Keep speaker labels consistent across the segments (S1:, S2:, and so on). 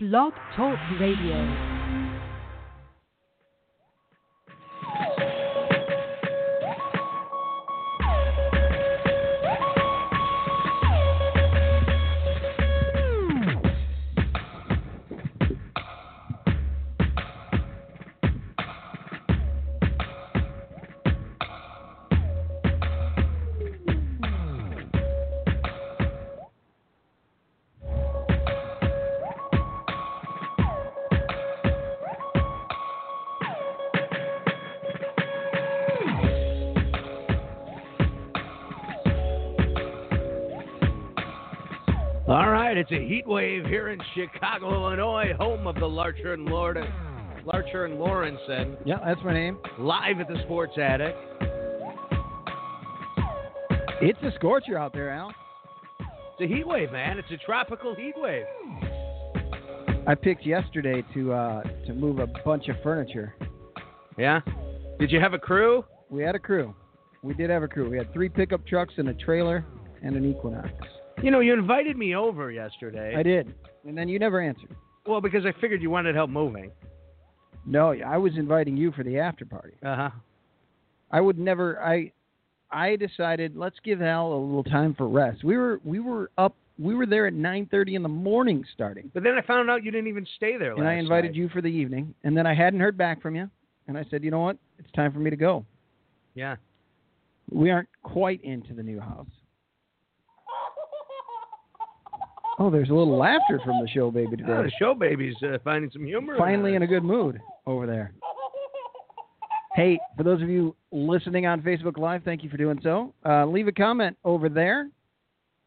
S1: Blog Talk Radio.
S2: All right, it's a heat wave here in Chicago, Illinois, home of the Larcher and Lord, Larcher and Lawrenson,
S3: Yeah, that's my name.
S2: live at the Sports Attic.
S3: It's a scorcher out there, Al.
S2: It's a heat wave, man. It's a tropical heat wave.
S3: I picked yesterday to uh, to move a bunch of furniture.
S2: Yeah. Did you have a crew?
S3: We had a crew. We did have a crew. We had three pickup trucks and a trailer and an Equinox.
S2: You know, you invited me over yesterday.
S3: I did, and then you never answered.
S2: Well, because I figured you wanted help moving.
S3: No, I was inviting you for the after party.
S2: Uh huh.
S3: I would never. I I decided let's give Al a little time for rest. We were we were up. We were there at 9:30 in the morning starting,
S2: But then I found out you didn't even stay there.
S3: and I invited you for the evening. And then I hadn't heard back from you, and I said, you know what? It's time for me to go.
S2: Yeah.
S3: We aren't quite into the new house. Oh, there's a little laughter from the show baby
S2: Oh, the
S3: today.
S2: show baby's uh, finding some humor. in
S3: Finally
S2: it.
S3: in a good mood over there. Hey, for those of you listening on Facebook Live, thank you for doing so. Uh, leave a comment over there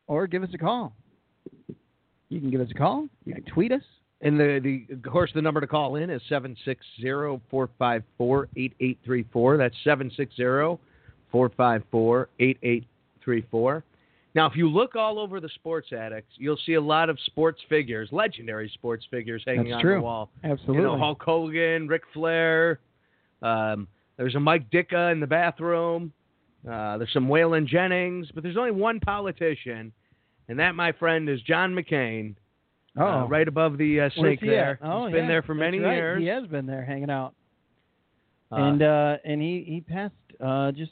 S3: or give us a call. You can give us a call. You can tweet us.
S2: And the, the of course the number to call in is 760-454-8834. That's 760-454-8834. Now if you look all over the sports addicts, you'll see a lot of sports figures, legendary sports figures hanging
S3: That's
S2: on
S3: true.
S2: the wall.
S3: Absolutely.
S2: You know, Hulk Hogan, Ric Flair, um, there's a Mike Ditka in the bathroom. Uh, there's some Waylon Jennings, but there's only one politician, and that, my friend, is John McCain
S3: oh,
S2: uh, right above the uh,
S3: Where's
S2: snake
S3: he
S2: there.
S3: at? Oh,
S2: He's been
S3: yeah.
S2: there for
S3: That's
S2: many
S3: right.
S2: years.
S3: He has been there hanging out.
S2: Uh,
S3: and uh, and he he passed uh, just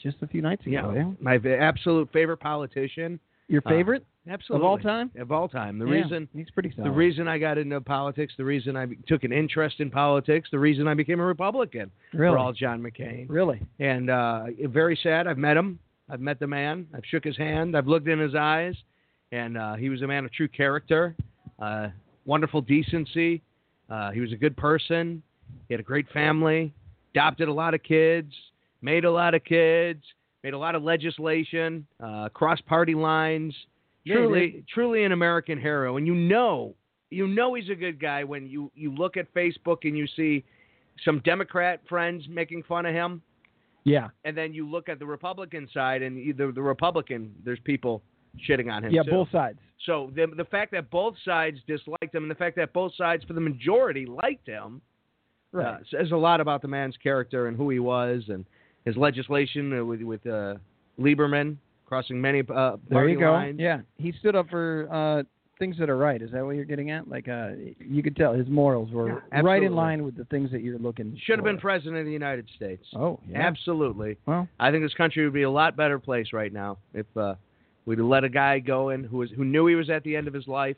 S3: just a few nights
S2: oh, yeah,
S3: ago. Yeah.
S2: my v- absolute favorite politician,
S3: Your
S2: Uh,
S3: favorite
S2: absolutely
S3: of all time?
S2: Of all time, the
S3: Yeah,
S2: reason
S3: he's pretty solid.
S2: the reason I got into politics, the reason I be- took an interest in politics, the reason I became a Republican,
S3: really,
S2: were all John McCain.
S3: really.
S2: And uh, very sad. I've met him. I've met the man. I've shook his hand. I've looked in his eyes, and uh, he was a man of true character, uh, wonderful decency. Uh, he was a good person. He had a great family. Adopted a lot of kids. Made a lot of kids. Made a lot of legislation uh, across party lines.
S3: Yeah, he
S2: truly, truly an American hero. And you know, you know he's a good guy when you you look at Facebook and you see some Democrat friends making fun of him
S3: Yeah,
S2: and then you look at the Republican side, and either the Republican, there's people shitting on him.
S3: yeah,
S2: too.
S3: both sides.
S2: So the the fact that both sides disliked him, and the fact that both sides, for the majority, liked him, uh,
S3: Right.
S2: says a lot about the man's character and who he was, and his legislation uh, with with uh, Lieberman crossing many uh,
S3: there
S2: party
S3: you go.
S2: lines.
S3: Yeah, he stood up for uh, things that are right. Is that what you're getting at? Like, uh, you could tell his morals were
S2: Yeah,
S3: right
S2: absolutely.
S3: in line with the things that you're looking.
S2: Should have been
S3: for.
S2: president of the United States.
S3: Oh, yeah.
S2: Absolutely.
S3: Well,
S2: I think this country would be a lot better place right now if uh, we'd let a guy go in who was who knew he was at the end of his life.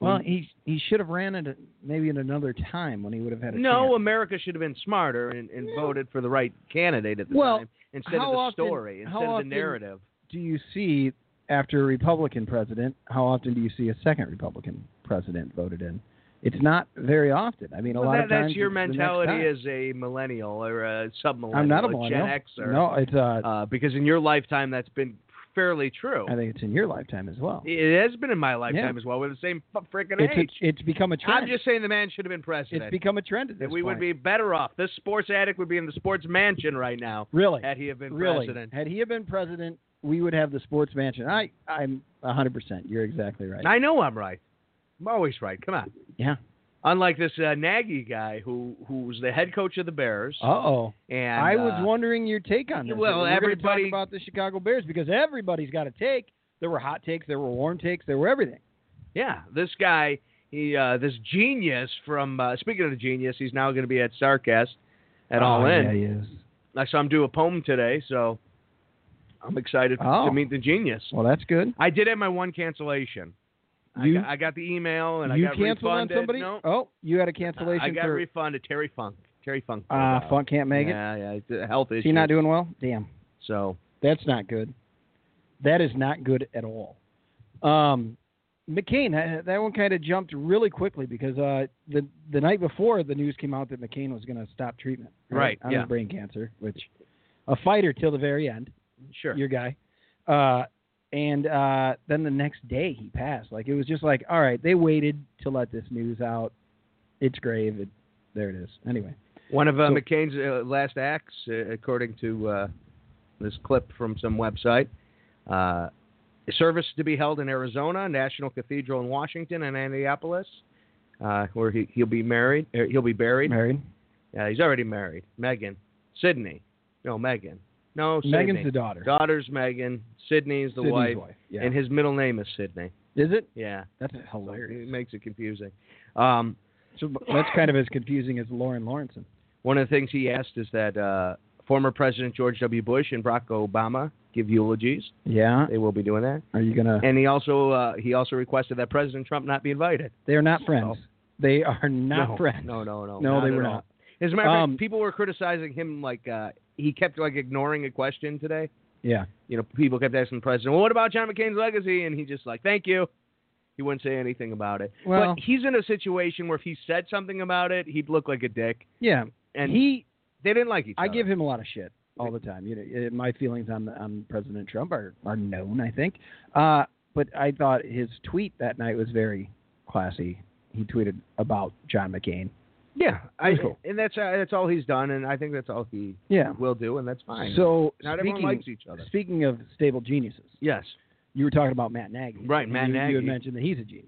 S2: who
S3: well, he he should have ran it maybe at another time when he would have had a
S2: No,
S3: chance.
S2: America should have been smarter and, and voted for the right candidate at the
S3: Well,
S2: time instead of
S3: how
S2: the
S3: often-
S2: story,
S3: how
S2: instead of the
S3: often-
S2: narrative.
S3: do you see after a Republican president? How often do you see a second Republican president voted in? It's not very often. I mean, a
S2: Well,
S3: lot
S2: that-
S3: of times.
S2: that's your
S3: it's the next
S2: mentality
S3: time.
S2: as a millennial or a submillennial,
S3: I'm not a
S2: a
S3: millennial.
S2: Gen Xer.
S3: No, it's uh,
S2: Uh, because in your lifetime, that's been fairly true.
S3: I think it's in your lifetime as well.
S2: It has been in my lifetime
S3: Yeah.
S2: as well. We're the same freaking age.
S3: It's a, it's become a trend.
S2: I'm just saying the man should have been president.
S3: it's become a trend at this
S2: that we
S3: point.
S2: would be better off. This sports addict would be in the sports mansion right now
S3: really
S2: had he have been
S3: really
S2: president.
S3: had he have been president, we would have the sports mansion. I I'm 100. percent You're exactly right.
S2: I know I'm right. I'm always right. Come on.
S3: yeah.
S2: Unlike this uh, Nagy guy who who was the head coach of the Bears,
S3: Uh oh.
S2: and
S3: I
S2: uh,
S3: was wondering your take on this.
S2: well,
S3: We're gonna
S2: everybody-
S3: talk about the Chicago Bears because everybody's got a take. There were hot takes, there were warm takes, there were everything.
S2: yeah, this guy He uh, this genius from uh, speaking of the genius, he's now going to be at Starcast at All
S3: oh,
S2: In.
S3: Yeah, he is.
S2: I saw him do a poem today, so I'm excited
S3: Oh.
S2: to meet the genius.
S3: Well, that's good.
S2: I did have my one cancellation. I
S3: You-
S2: got, I got the email and
S3: you
S2: I got
S3: canceled
S2: refunded.
S3: on somebody?
S2: No,
S3: Oh, you had a
S2: I
S3: cancellation
S2: got
S3: for
S2: refunded. Terry Funk. Terry Funk.
S3: uh, Funk can't make it.
S2: yeah, Yeah, it's a health
S3: Is
S2: issue.
S3: he not doing well? Damn,
S2: so.
S3: that's not good. That is not good at all. Um, McCain, that, that one kind of jumped really quickly because uh, the the night before the news came out that McCain was going to stop treatment
S2: Right,
S3: on
S2: yeah.
S3: his brain cancer, which a fighter till the very end.
S2: Sure.
S3: your guy. Uh, and uh, then the next day he passed. Like it was just like, all right, they waited to let this news out. It's grave. It, there it is. Anyway,
S2: One of uh,
S3: So-
S2: McCain's uh, last acts, uh, according to uh, this clip from some website, uh, service to be held in Arizona, National Cathedral in Washington, and Annapolis, uh, where he, he'll be married. Er, he'll be buried.
S3: married.
S2: Yeah, he's already married. Megan, Sydney. No, Megan. No, Sydney.
S3: Megan's the daughter.
S2: daughter's Megan. Sydney's the
S3: Sydney's
S2: wife,
S3: Yeah.
S2: and his middle name is Sydney.
S3: is it?
S2: Yeah,
S3: That's
S2: so
S3: hilarious.
S2: it makes it confusing. Um,
S3: So that's kind of as confusing as Lauren Lawrenson.
S2: one of the things he asked is that uh, former President George W. Bush and Barack Obama give eulogies.
S3: Yeah.
S2: They will be doing that.
S3: Are you gonna?
S2: And he also uh, he also requested that President Trump not be invited.
S3: They are not friends.
S2: No.
S3: They are not
S2: no,
S3: friends.
S2: No, no, no.
S3: No, they
S2: at
S3: were
S2: all.
S3: not.
S2: As a matter of
S3: Um,
S2: fact, people were criticizing him like uh, he kept like ignoring a question today.
S3: Yeah.
S2: You know, people kept asking the president, "Well, what about John McCain's legacy?" And he just like, "Thank you." He wouldn't say anything about it.
S3: Well-
S2: but he's in a situation where if he said something about it, he'd look like a dick.
S3: Yeah.
S2: And
S3: he
S2: they didn't like each
S3: I
S2: other.
S3: give him a lot of shit all the time. You know, uh, my feelings on on President Trump are are known, I think. Uh, but I thought his tweet that night was very classy. He tweeted about John McCain.
S2: Yeah, I,
S3: That's cool.
S2: and that's uh, that's all he's done, and I think that's all he
S3: Yeah.
S2: will do, and that's fine.
S3: So
S2: not
S3: speaking
S2: everyone likes each other.
S3: speaking of stable geniuses,
S2: Yes.
S3: you were talking about Matt Nagy.
S2: Right, Matt
S3: you, You had
S2: Nagy.
S3: mentioned that he's a genius.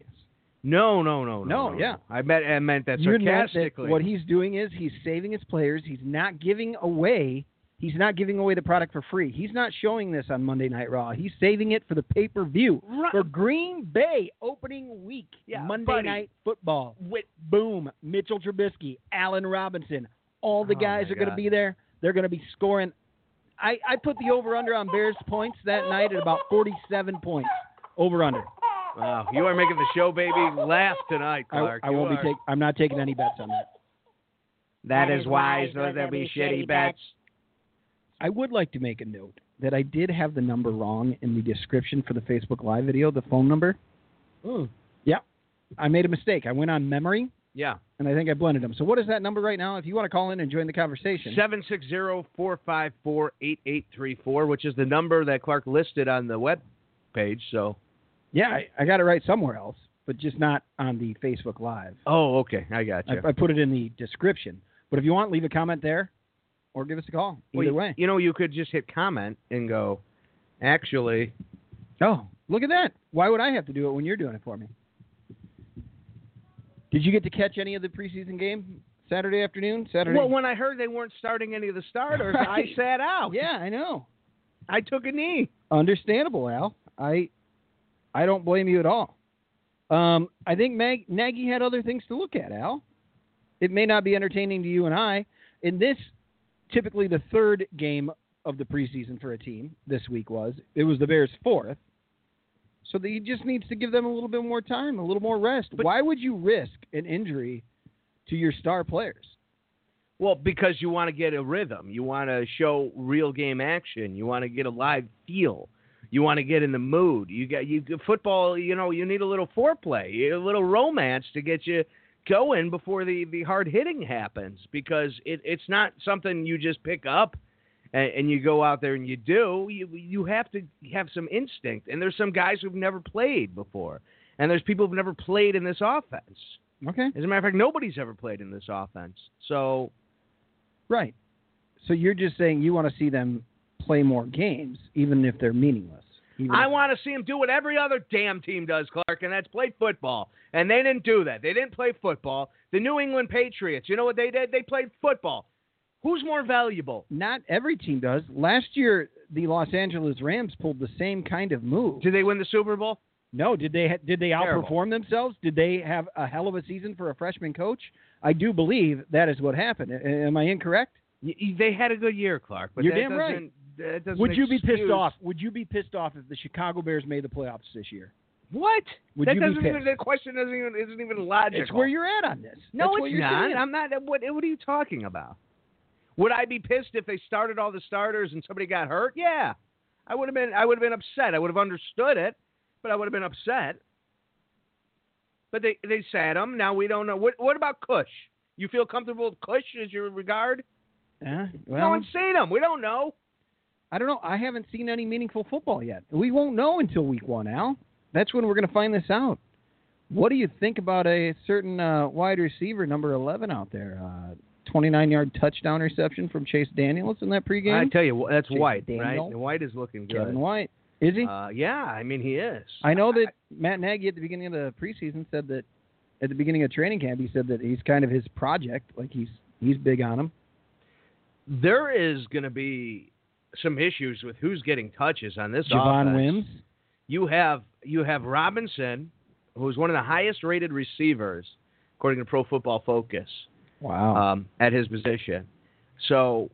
S2: No, no, no, no.
S3: No, yeah.
S2: I meant I meant that
S3: you had meant that
S2: sarcastically.
S3: what he's doing is he's saving his players. He's not giving away. He's not giving away the product for free. He's not showing this on Monday Night Raw. He's saving it for the pay per view.
S2: Right.
S3: for Green Bay opening week,
S2: Yeah,
S3: Monday
S2: buddy.
S3: Night Football. With boom, Mitchell Trubisky, Allen Robinson, all the
S2: Oh,
S3: guys
S2: my
S3: are going to
S2: God.
S3: be there. They're going to be scoring. I, I put the over under on Bears points that night at about 47 points. Over under.
S2: Wow, you are making the show, baby, laugh tonight,
S3: I,
S2: Clark.
S3: I
S2: You
S3: won't be
S2: are-
S3: taking. I'm not taking any bets on that.
S2: That is wise. Those will be shitty bets.
S3: I would like to make a note that I did have the number wrong in the description for the Facebook Live video, the phone number. I made a mistake. I went on memory
S2: Yeah.
S3: and I think I blended them. So what is that number right now? If you want to call in and join the conversation,
S2: Seven six zero four five four eight eight three four, which is the number that Clark listed on the web page. So.
S3: yeah, I, I got it right somewhere else, but just not on the Facebook Live.
S2: Oh, okay. I got you.
S3: I, I put it in the description. But if you want, leave a comment there, or give us a call.
S2: Well,
S3: Either
S2: you-
S3: way.
S2: You know, you could just hit comment and go. Actually,
S3: Oh, look at that! Why would I have to do it when you're doing it for me? Did you get to catch any of the preseason game Saturday afternoon? Saturday.
S2: well, when I heard they weren't starting any of the starters, I
S3: Right.
S2: sat out.
S3: yeah, I know.
S2: I took a knee.
S3: Understandable, Al. I, I don't blame you at all. Um, I think Mag- Nagy had other things to look at, Al. It may not be entertaining to you and I. In this, typically the third game of the preseason for a team, this week was. It was the Bears' fourth. So that he just needs to give them a little bit more time, a little more rest.
S2: But-
S3: Why would you risk an injury to your star players?
S2: Well, because you want to get a rhythm, you want to show real game action, you want to get a live feel, you want to get in the mood. You got you football. You know, you need a little foreplay, a little romance to get you going before the the hard hitting happens. Because it, it's not something you just pick up and, and you go out there and you do. You you have to have some instinct. And there's some guys who've never played before, and there's people who've never played in this offense.
S3: Okay.
S2: As a matter of fact, nobody's ever played in this offense. So
S3: Right. So you're just saying you want to see them play more games, even if they're meaningless. Even
S2: I
S3: if-
S2: want to see him do what every other damn team does, Clark, and that's play football. And they didn't do that. They didn't play football. The New England Patriots, you know what they did? They played football. Who's more valuable?
S3: Not every team does. Last year, the Los Angeles Rams pulled the same kind of move.
S2: Did they win the Super Bowl?
S3: No, did they did they
S2: Terrible.
S3: outperform themselves? Did they have a hell of a season for a freshman coach? I do believe that is what happened. A- Am I incorrect?
S2: Y- y- They had a good year, Clark. But
S3: You're
S2: that
S3: damn right.
S2: doesn't- that doesn't
S3: Would you be
S2: excuse-
S3: pissed off? Would you be pissed off if the Chicago Bears made the playoffs this year?
S2: What?
S3: Would
S2: that
S3: you be
S2: doesn't even.
S3: pissed?
S2: That question doesn't even isn't even logical.
S3: It's where you're at on this.
S2: No,
S3: That's
S2: it's
S3: what you're
S2: not.
S3: saying.
S2: I'm not. What What are you talking about? Would I be pissed if they started all the starters and somebody got hurt? Yeah, I would have been. I would have been upset. I would have understood it, but I would have been upset. But they they sat him. Now we don't know. What What about Cush? You feel comfortable with Cush as your regard?
S3: Huh?
S2: no
S3: well,
S2: one's seen him. We don't know.
S3: I don't know. I haven't seen any meaningful football yet. We won't know until week one, Al. That's when we're going to find this out. What do you think about a certain uh, wide receiver, number 11 out there? Uh, 29 yard touchdown reception from Chase Daniels in that pregame?
S2: tell you, that's
S3: Jason White, right? Daniel.
S2: White is looking
S3: Kevin White. Is he?
S2: Uh, yeah, I mean he is.
S3: I know that Matt Nagy at the beginning of the preseason said that at the beginning of training camp, he said that he's kind of his project. Like he's he's big on him.
S2: there is going to be some issues with who's getting touches on this
S3: Javon
S2: offense.
S3: Wims.
S2: You have you have Robinson, who's one of the highest rated receivers according to Pro Football Focus
S3: Wow.
S2: um, at his position. So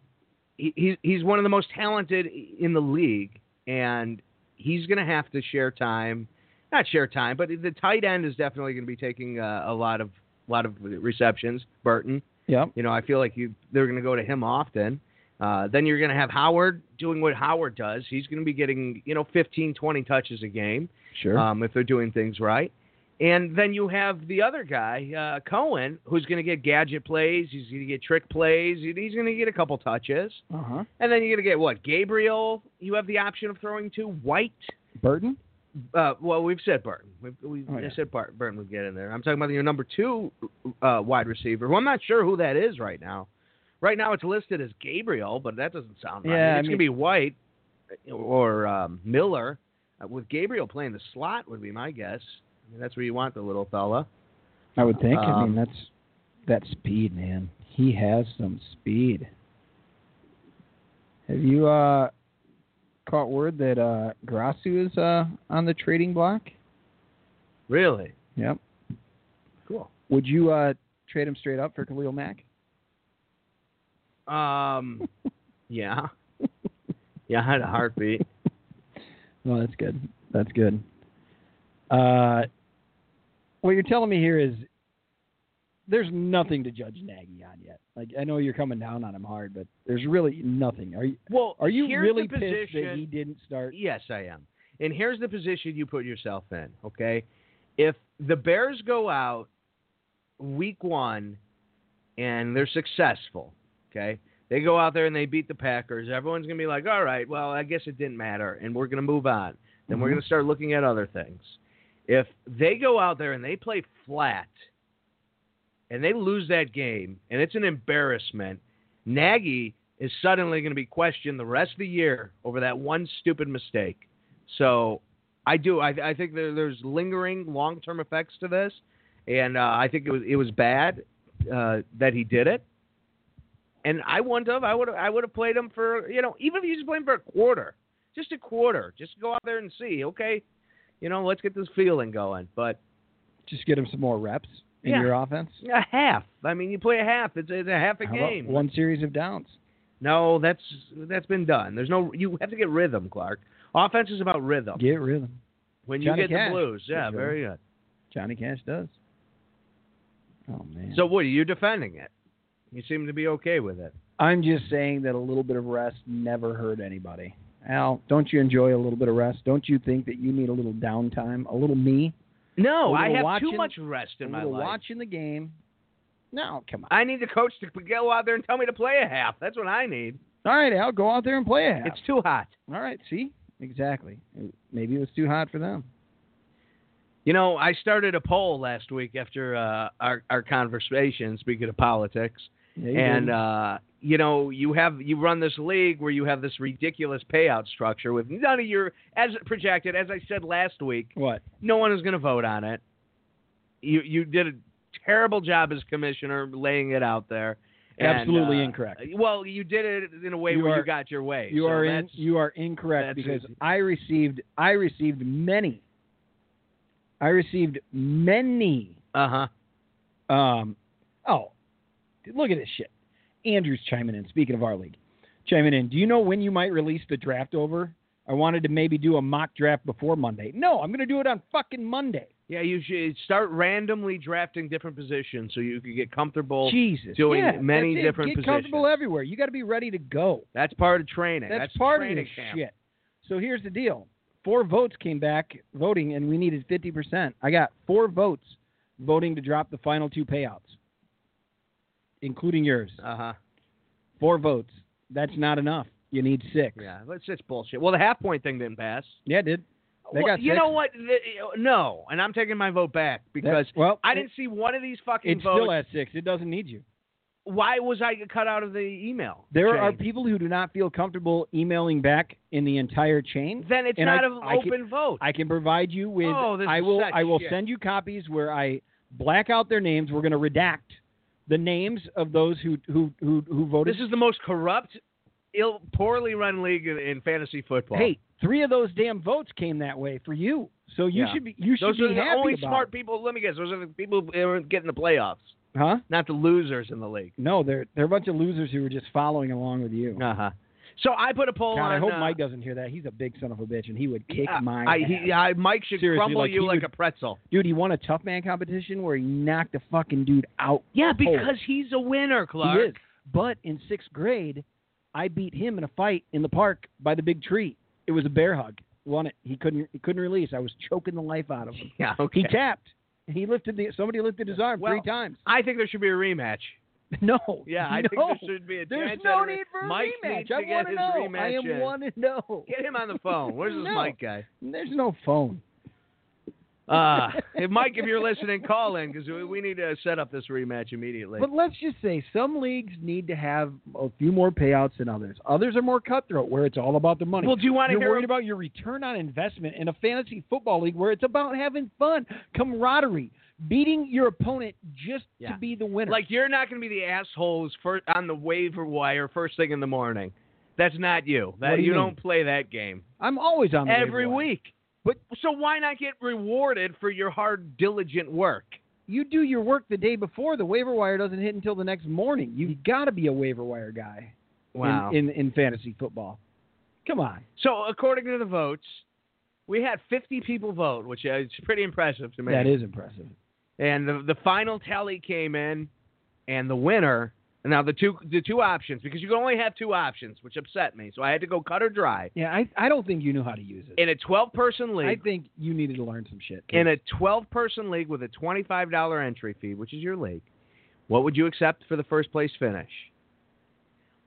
S2: he, he he's one of the most talented in the league, and he's going to have to share time. Not share time, but the tight end is definitely going to be taking uh, a lot of lot of receptions. Burton,
S3: yep.
S2: you know, I feel like you they're going to go to him often. Uh, then you're going to have Howard doing what Howard does. He's going to be getting, you know, 15, 20 touches a game
S3: Sure.
S2: um, if they're doing things right. And then you have the other guy, uh, Cohen, who's going to get gadget plays. He's going to get trick plays. he- He's going to get a couple touches.
S3: uh huh.
S2: And then you're going to get what? Gabriel, you have the option of throwing to. White.
S3: Burton.
S2: Uh, well, we've said Burton. We've, we've
S3: Oh, yeah.
S2: said Bur- Burton would get in there. I'm talking about your number two uh, wide receiver, who I'm not sure who that is right now. Right now, it's listed as Gabriel, but that doesn't sound right.
S3: Yeah, I
S2: it's
S3: mean-
S2: gonna be White or um, Miller. Uh, with Gabriel playing the slot would be my guess. I mean, that's where you want the little fella.
S3: I would think. I mean,
S2: Um,
S3: that's that speed, man. He has some speed. Have you uh, caught word that uh, Grasu is uh, on the trading block?
S2: Really
S3: Yep.
S2: cool.
S3: Would you uh, trade him straight up for Khalil Mack?
S2: Um, yeah, yeah, I had a heartbeat.
S3: Well, that's good. That's good. Uh, what you're telling me here is there's nothing to judge Nagy on yet. Like I know you're coming down on him hard, but there's really nothing. Are you
S2: Well,
S3: are you
S2: here's
S3: really
S2: the
S3: pissed that
S2: position-
S3: he didn't start?
S2: Yes, I am. And here's the position you put yourself in, okay? If the Bears go out week one and they're successful, okay? They go out there and they beat the Packers. Everyone's going to be like, all right, well, I guess it didn't matter, and we're going to move on. Then we're
S3: Mhm.
S2: going to start looking at other things. If they go out there and they play flat and they lose that game and it's an embarrassment, Nagy is suddenly going to be questioned the rest of the year over that one stupid mistake. So I do. I, I think there, there's lingering long term effects to this, and uh, I think it was it was bad uh, that he did it. And I wouldn't have. I would. I would have played him for you know even if you just played him for a quarter, just a quarter, just go out there and see. Okay, you know let's get this feeling going. But
S3: Just get him some more reps in
S2: Yeah.
S3: your offense.
S2: a half. I mean, you play a half. It's, it's a half a
S3: How about
S2: game.
S3: One series of downs.
S2: No, that's that's been done. There's no. You have to get rhythm, Clark. Offense is about rhythm.
S3: Get rhythm.
S2: When
S3: Johnny
S2: you get
S3: Cash.
S2: the blues, yeah,
S3: Good job.
S2: very good.
S3: Johnny Cash does. Oh man.
S2: So, what are you defending it? You seem to be okay with it.
S3: I'm just saying that a little bit of rest never hurt anybody. Al, don't you enjoy a little bit of rest? Don't you think that you need a little downtime, a little me,
S2: No,
S3: A
S2: I
S3: little
S2: have
S3: watching-
S2: too much rest in
S3: a
S2: my
S3: little
S2: life.
S3: watching the game? No, come on.
S2: I need the coach to go out there and tell me to play a half. That's what I need.
S3: All right, Al, go out there and play a half.
S2: It's too hot.
S3: All right, see, exactly. Maybe it was too hot for them.
S2: You know, I started a poll last week after uh, our our conversation. Speaking of politics,
S3: Yeah, you
S2: and
S3: did.
S2: uh, you know you have you run this league where you have this ridiculous payout structure with none of your as projected as I said last week
S3: what?
S2: no one is going to vote on it you you did a terrible job as commissioner laying it out there And,
S3: Absolutely
S2: uh,
S3: incorrect.
S2: well you did it in a way
S3: You
S2: where
S3: are-
S2: you got your way
S3: You
S2: so
S3: are in,
S2: that's-
S3: you are incorrect
S2: that's
S3: because
S2: it.
S3: I received I received many I received many.
S2: Uh huh.
S3: Um, oh, dude, look at this shit. Andrew's chiming in. Speaking of our league, chiming in. Do you know when you might release the draft over? I wanted to maybe do a mock draft before Monday. No, I'm going to do it on fucking Monday.
S2: Yeah, you should start randomly drafting different positions so you can get comfortable.
S3: Jesus,
S2: doing
S3: yeah,
S2: many
S3: that's it.
S2: different
S3: Get
S2: positions.
S3: comfortable everywhere. You got to be ready to go.
S2: That's part of training.
S3: That's,
S2: That's,
S3: part of
S2: training
S3: this
S2: camp.
S3: shit. So here's the deal. Four votes came back voting, and we needed 50%. I got four votes voting to drop the final two payouts, including yours.
S2: Uh huh.
S3: Four votes. That's not enough. You need six.
S2: Yeah, that's it's bullshit. Well, the half point thing didn't pass.
S3: Yeah, dude. They
S2: well,
S3: got
S2: you
S3: six.
S2: know what? The- uh, no, and I'm taking my vote back because
S3: That- well,
S2: I didn't see one of these
S3: It,
S2: fucking
S3: it
S2: votes.
S3: still has six. It doesn't need you.
S2: Why was I cut out of the email?
S3: There are
S2: chain?
S3: people who do not feel comfortable emailing back in the entire chain.
S2: Then it's
S3: and
S2: not
S3: I-
S2: an
S3: I can-
S2: open vote.
S3: I can provide you with.
S2: Oh, this
S3: I
S2: is
S3: will.
S2: such
S3: I will
S2: shit.
S3: send you copies where I black out their names. We're going to redact the names of those who who who who voted.
S2: this is the most corrupt, ill, poorly run league in, in fantasy football.
S3: hey, three of those damn votes came that way for you. So you
S2: Yeah.
S3: should be you should
S2: those
S3: be
S2: are the
S3: happy
S2: only
S3: about
S2: smart
S3: it.
S2: people. Let me guess. Those are the people who aren't getting the playoffs,
S3: huh?
S2: not the losers in the league.
S3: No, they're they're a bunch of losers who were just following along with you.
S2: Uh huh. So I put a poll
S3: Uh-huh. God,
S2: on.
S3: I hope
S2: uh,
S3: Mike doesn't hear that. He's a big son of a bitch, and he would kick
S2: uh,
S3: my
S2: I,
S3: ass.
S2: he, I, Mike should
S3: Seriously,
S2: crumble
S3: like,
S2: you
S3: he
S2: like
S3: would-
S2: a pretzel.
S3: Dude, he won a tough man competition where he knocked a fucking dude out.
S2: Yeah,
S3: cold.
S2: because he's a winner, Clark.
S3: He is. But in sixth grade, I beat him in a fight in the park by the big tree. It was a bear hug. Won it. He couldn't. He couldn't release. I was choking the life out of him.
S2: Yeah, okay.
S3: He tapped. He lifted the. Somebody lifted his arm
S2: Well-
S3: three times.
S2: I think there should be a rematch.
S3: No.
S2: Yeah, I
S3: no.
S2: think there should be a
S3: There's
S2: chance at
S3: no
S2: a re-
S3: need for a
S2: Mike
S3: rematch.
S2: Needs
S3: I
S2: to get
S3: wanna
S2: his
S3: know.
S2: rematch
S3: I am
S2: in.
S3: one to know.
S2: Get him on the phone. Where's this
S3: No.
S2: Mike guy?
S3: There's no phone.
S2: Uh, if Mike, if you're listening, call in because we, we need to set up this rematch immediately.
S3: But let's just say some leagues need to have a few more payouts than others. Others are more cutthroat, where it's all about the money.
S2: Well, do you want to
S3: You're
S2: hear?
S3: worried about your return on investment in a fantasy football league where it's about having fun, camaraderie, beating your opponent just
S2: Yeah.
S3: to be the winner.
S2: like you're not going to be the assholes first on the waiver wire first thing in the morning. That's not you. That
S3: What do you mean?
S2: don't play that game
S3: I'm always on the waiver
S2: every
S3: wire.
S2: week.
S3: But-
S2: so why not get rewarded for your hard, diligent work?
S3: You do your work the day before. The waiver wire doesn't hit until the next morning. You've got to be a waiver wire guy in- in, in fantasy football. Come on.
S2: So according to the votes, we had 50 people vote, which is pretty impressive to me.
S3: That is impressive.
S2: And the the final tally came in, and the winner. Now the two the two options because you can only have two options, which upset me. So I had to go cut or dry
S3: Yeah, I, I don't think you knew how to use it.
S2: in a 12 person
S3: I
S2: league.
S3: think you needed to learn some shit.
S2: in a 12 person league with a $25 entry fee, which is your league, what would you accept for the first place finish?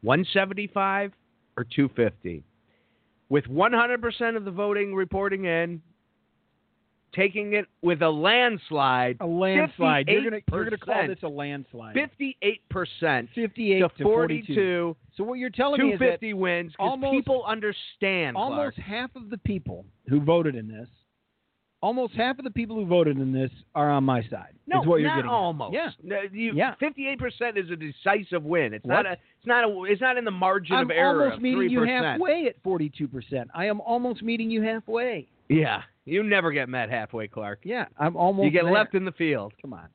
S2: 175 or 250? With 100% of the voting reporting in, taking it with a landslide,
S3: a landslide. You're gonna you're gonna
S2: 58%.
S3: call this a landslide.
S2: 58%
S3: 58
S2: to
S3: to
S2: 42,
S3: So what you're telling me is that
S2: 250 wins because
S3: almost-
S2: people understand. Clark.
S3: almost half of the people who voted in this, almost half of the people who voted in this are on my side.
S2: No,
S3: is what you're
S2: not
S3: getting at.
S2: almost.
S3: Yeah.
S2: No, you,
S3: Yeah.
S2: 58% is a decisive win. It's
S3: What?
S2: not a it's not a it's not in the margin
S3: I'm
S2: of error
S3: almost
S2: of
S3: meeting
S2: 3%.
S3: you halfway at 42%. I am almost meeting you halfway.
S2: Yeah. You never get met halfway, Clark.
S3: Yeah, I'm almost
S2: You get
S3: there.
S2: left in the field.
S3: Come on.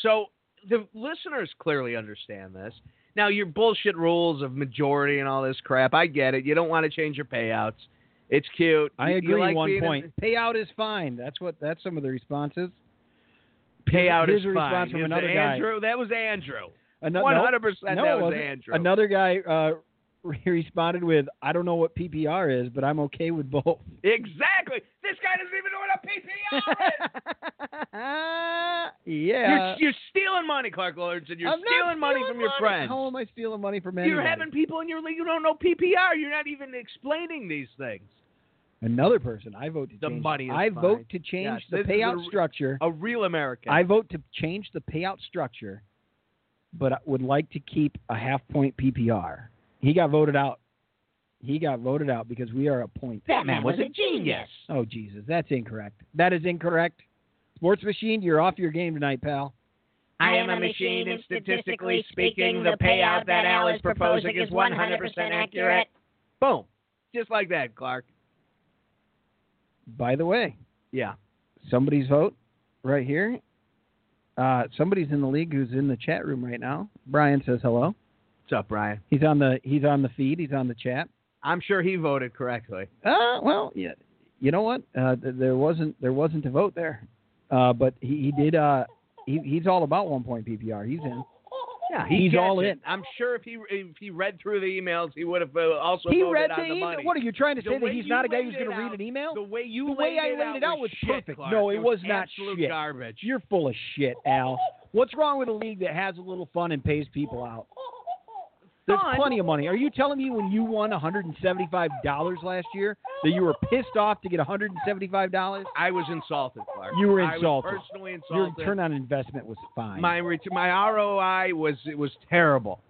S2: So the listeners clearly understand this. Now your bullshit rules of majority and all this crap, I get it. You don't want to change your payouts. It's cute.
S3: I
S2: You- you
S3: agree
S2: like being
S3: one
S2: in-
S3: point. Payout is fine. That's what that's some of the responses.
S2: payout
S3: Here's
S2: is
S3: a
S2: fine.
S3: response from
S2: Is it
S3: another guy.
S2: Andrew, that was Andrew.
S3: Ano-
S2: One
S3: no,
S2: hundred percent.
S3: no,
S2: That
S3: it
S2: was
S3: wasn't.
S2: Andrew.
S3: Another guy uh, responded with, "I don't know what PPR is, but I'm okay with both."
S2: Exactly. This guy doesn't even know what a PPR is.
S3: yeah.
S2: You're, you're stealing money, Clark Lawrence, and you're
S3: I'm not
S2: stealing money
S3: stealing
S2: from your
S3: money.
S2: friends.
S3: How am I stealing money from anybody?
S2: You're having people in your league who don't know PPR. You're not even explaining these things.
S3: another person. I vote to
S2: The
S3: change.
S2: money is
S3: I
S2: fine.
S3: vote to
S2: Yes,
S3: change
S2: this
S3: the
S2: is
S3: payout
S2: a-
S3: structure.
S2: A real American.
S3: I vote to change the payout structure, but I would like to keep a half point PPR. He got voted out. He got voted out because we are a point.
S2: a genius.
S3: Oh Jesus, that's incorrect. That is incorrect. Sports machine, you're off your game tonight, pal.
S4: I am a machine, and statistically speaking, the payout that Al is proposing is 100% accurate.
S2: Boom. Just like that, Clark.
S3: By the way,
S2: Yeah.
S3: somebody's vote right here. Uh, somebody's in the league who's in the chat room right now. Brian says hello.
S2: What's up, Brian?
S3: He's on the he's on the feed. He's on the chat.
S2: I'm sure he voted correctly.
S3: Uh, well, yeah, you know what? Uh, th- there wasn't there wasn't a vote there, uh, but he, he did. Uh, he, he's all about one point PPR. He's in.
S2: Yeah,
S3: He's
S2: gets
S3: all
S2: it.
S3: in.
S2: I'm sure if he if he read through the emails, he would have uh, also
S3: he
S2: voted
S3: read
S2: on
S3: the
S2: the,
S3: email.
S2: money.
S3: What are you trying to
S2: The
S3: say that
S2: way
S3: he's
S2: you
S3: not a guy who's
S2: laid it
S3: going to read
S2: out-
S3: an email?
S2: The way you
S3: The way
S2: laid
S3: I
S2: it
S3: laid
S2: out
S3: it out was
S2: shit,
S3: perfect.
S2: Clark.
S3: No, it was not
S2: absolute
S3: shit.
S2: garbage.
S3: You're full of shit, Al. What's wrong with a league that has a little fun and pays people out? There's
S2: Fun?
S3: plenty of money. Are you telling me when you won $175 last year that you were pissed off to get $175?
S2: I was insulted, Clark.
S3: You were
S2: I
S3: insulted.
S2: was personally
S3: Your
S2: insulted.
S3: return on investment was fine.
S2: my ret- my ROI was it was terrible.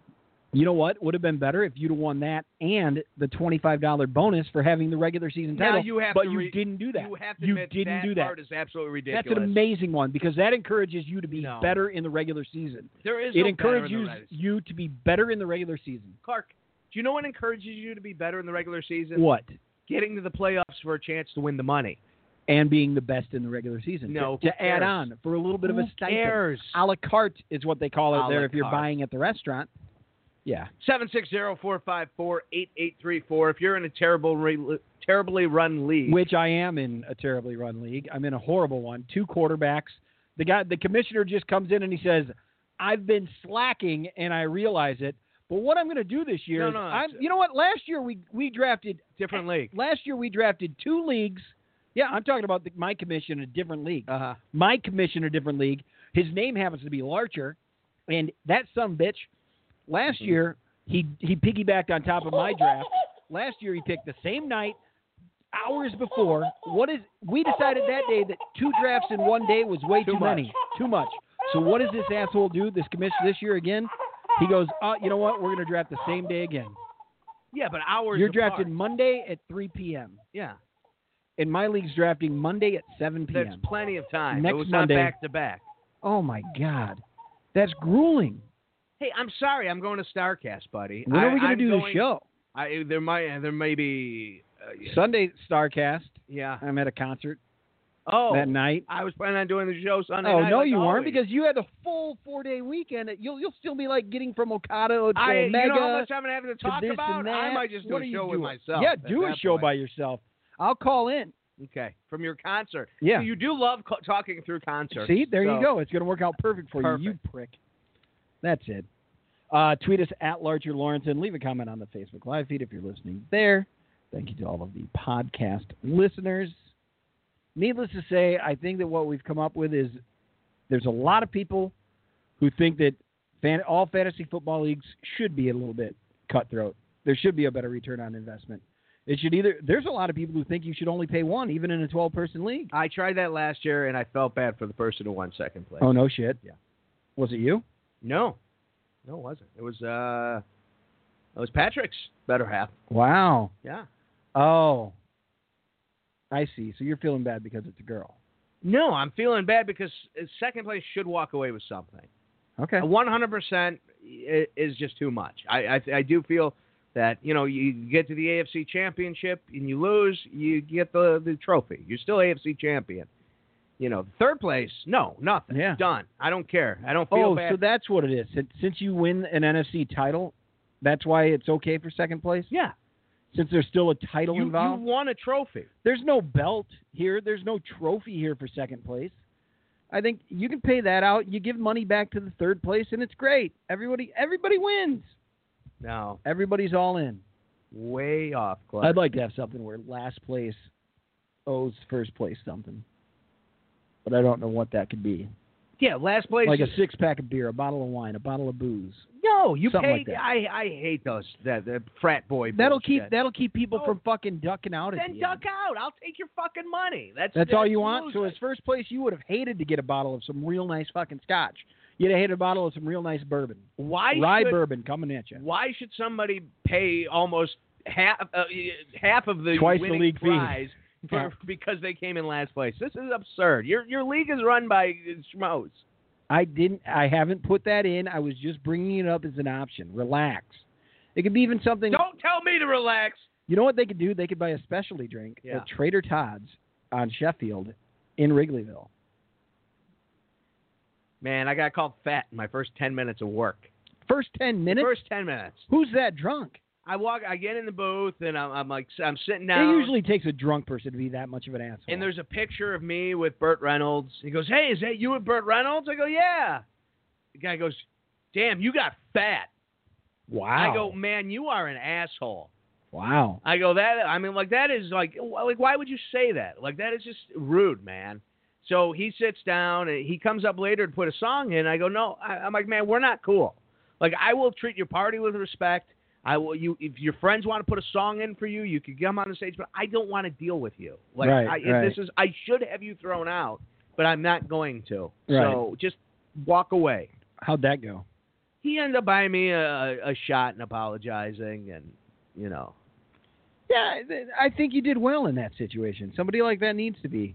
S3: you know what would have been better if you'd have won that and the $25 bonus for having the regular season
S2: Now
S3: title.
S2: you have
S3: but
S2: to
S3: you
S2: re-
S3: didn't do that.
S2: You have to
S3: You
S2: admit
S3: didn't
S2: that
S3: do that.
S2: part is absolutely ridiculous.
S3: That's an amazing one because that encourages you to be
S2: No.
S3: better in the regular season.
S2: there is
S3: it
S2: no better in the
S3: encourages
S2: regular-
S3: you to be better in the regular season.
S2: Clark. Do you know what encourages you to be better in the regular season?
S3: What?
S2: Getting to the playoffs for a chance to win the money.
S3: And being the best in the regular season.
S2: No,
S3: To,
S2: who
S3: to add
S2: cares?
S3: on for a little bit of a
S2: Who
S3: stipend.
S2: cares?
S3: A la carte is what they call
S2: A
S3: it
S2: la
S3: there if you're
S2: carte.
S3: buying at the restaurant. Yeah.
S2: 760-454-8834. If you're in a terrible, re- terribly run league,
S3: Which I am in a terribly run league. I'm in a horrible one. Two quarterbacks. The guy the commissioner just comes in and he says, I've been slacking and I realize it. But what I'm gonna do this year
S2: No,
S3: is
S2: no,
S3: I'm
S2: it's-
S3: you know what? Last year we we drafted
S2: different league.
S3: Last year we drafted two leagues. Yeah, I'm talking about the, my commission, a different league.
S2: Uh-huh.
S3: my commission, a different league. His name happens to be Larcher, and that some bitch.
S2: Mm-hmm.
S3: Last year he he piggybacked on top of my draft. Last year he picked the same night, hours before. What is we decided that day that two drafts in one day was way
S2: Too
S3: too,
S2: much.
S3: many, too much. So what does this asshole do? This commission this year again? He goes, uh, you know what? We're gonna draft the same day again.
S2: Yeah, but hours.
S3: You're
S2: apart.
S3: drafted Monday at 3 p.m.
S2: Yeah,
S3: And my league's drafting Monday at 7 p.m.
S2: that's plenty of time.
S3: Next
S2: it was
S3: Monday.
S2: not back to back.
S3: oh my God, that's grueling.
S2: Hey, I'm sorry. I'm going to Starcast, buddy.
S3: When are we
S2: going to
S3: do the show?
S2: I, there might there may be. Uh, yeah.
S3: Sunday Starcast.
S2: yeah.
S3: I'm at a concert
S2: Oh,
S3: that night.
S2: I was planning on doing the show Sunday.
S3: Oh
S2: night,
S3: no,
S2: like
S3: you
S2: always.
S3: aren't because you had a full four day weekend. You'll you'll still be like getting from Okado to
S2: I.
S3: Omega.
S2: You know how much I'm gonna have to talk
S3: to this
S2: about?
S3: and
S2: I
S3: that.
S2: might just do
S3: What
S2: a
S3: are you
S2: show with
S3: doing?
S2: myself.
S3: yeah,
S2: at
S3: do a
S2: that
S3: show
S2: point.
S3: by yourself. I'll call in.
S2: Okay, from your concert.
S3: Yeah.
S2: So you do love co- talking through concerts.
S3: See, there
S2: so-
S3: you go. It's going to work out perfect for you, you prick. That's it. Uh, tweet us at Larcher Lawrence and leave a comment on the Facebook live feed if you're listening there. Thank you to all of the podcast listeners. Needless to say, I think that what we've come up with is there's a lot of people who think that fan, all fantasy football leagues should be a little bit cutthroat. There should be a better return on investment. It should either there's a lot of people who think you should only pay one, even in a 12 person league.
S2: I tried that last year, and I felt bad for the person who won second place.
S3: Oh no shit.
S2: Yeah.
S3: Was it you?
S2: No, no, it wasn't. It was uh, it was Patrick's better half.
S3: Wow.
S2: Yeah.
S3: Oh. I see. So you're feeling bad because it's a girl.
S2: No, I'm feeling bad because uh, second place should walk away with something.
S3: Okay.
S2: 100% i- is just too much. I, I I do feel that you know you get to the AFC Championship and you lose, you get the the trophy. You're still AFC champion. You know, third place, no, nothing.
S3: Yeah.
S2: Done. I don't care. I don't feel
S3: Oh,
S2: bad.
S3: so that's what it is. Since, since you win an NFC title, that's why it's okay for second place.
S2: yeah.
S3: Since there's still a title
S2: You, you
S3: involved.
S2: won a trophy.
S3: There's no belt here. There's no trophy here for second place. I think you can pay that out. You give money back to the third place, and it's great. Everybody, everybody wins.
S2: No,
S3: Everybody's all in.
S2: way off, Clark.
S3: I'd like to have something where last place owes first place something, but I don't know what that could be.
S2: yeah, last place.
S3: Like a
S2: is-
S3: six pack of beer, a bottle of wine, a bottle of booze.
S2: no, you
S3: something
S2: pay.
S3: like that.
S2: I I hate those that, that frat boy.
S3: That'll
S2: bullshit.
S3: keep that'll keep people
S2: Oh.
S3: from fucking ducking out. At
S2: Then
S3: the
S2: duck
S3: end.
S2: out. I'll take your fucking money. That's
S3: That's all you want. So
S2: loser.
S3: as first place, you would have hated to get a bottle of some real nice fucking scotch. You'd have hated a bottle of some real nice bourbon,
S2: why
S3: rye
S2: should,
S3: bourbon coming at you.
S2: why should somebody pay almost half uh, half of the
S3: Twice the
S2: winning
S3: league fee.
S2: prize for,
S3: Yeah.
S2: because they came in last place? This is absurd. Your your league is run by schmoes.
S3: I didn't. I haven't put that in. I was just bringing it up as an option. Relax. It could be even something.
S2: Don't tell me to relax.
S3: You know what they could do? They could buy a specialty drink
S2: Yeah.
S3: at Trader Todd's on Sheffield in Wrigleyville.
S2: Man, I got called fat in my first ten minutes of work.
S3: First 10 minutes?
S2: First ten minutes.
S3: Who's that drunk?
S2: I walk. I get in the booth and I'm, I'm like I'm sitting down.
S3: It usually takes a drunk person to be that much of an asshole.
S2: And there's a picture of me with Burt Reynolds. He goes, "Hey, is that you with Burt Reynolds?" I go, "Yeah." The guy goes, "Damn, you got fat."
S3: wow.
S2: I go, "Man, you are an asshole."
S3: wow.
S2: I go that I mean like that is like wh- like why would you say that? Like that is just rude, man. So he sits down and he comes up later to put a song in. I go no, I, I'm like man, we're not cool. Like I will treat your party with respect. I will you if your friends want to put a song in for you, you could come on the stage, but I don't want to deal with you. Like
S3: Right,
S2: I, if
S3: right.
S2: this is I should have you thrown out, but I'm not going to. So
S3: Right.
S2: just walk away.
S3: How'd that go?
S2: He ended up buying me a, a shot and apologizing, and you know.
S3: Yeah, th- I think you did well in that situation. Somebody like that needs to be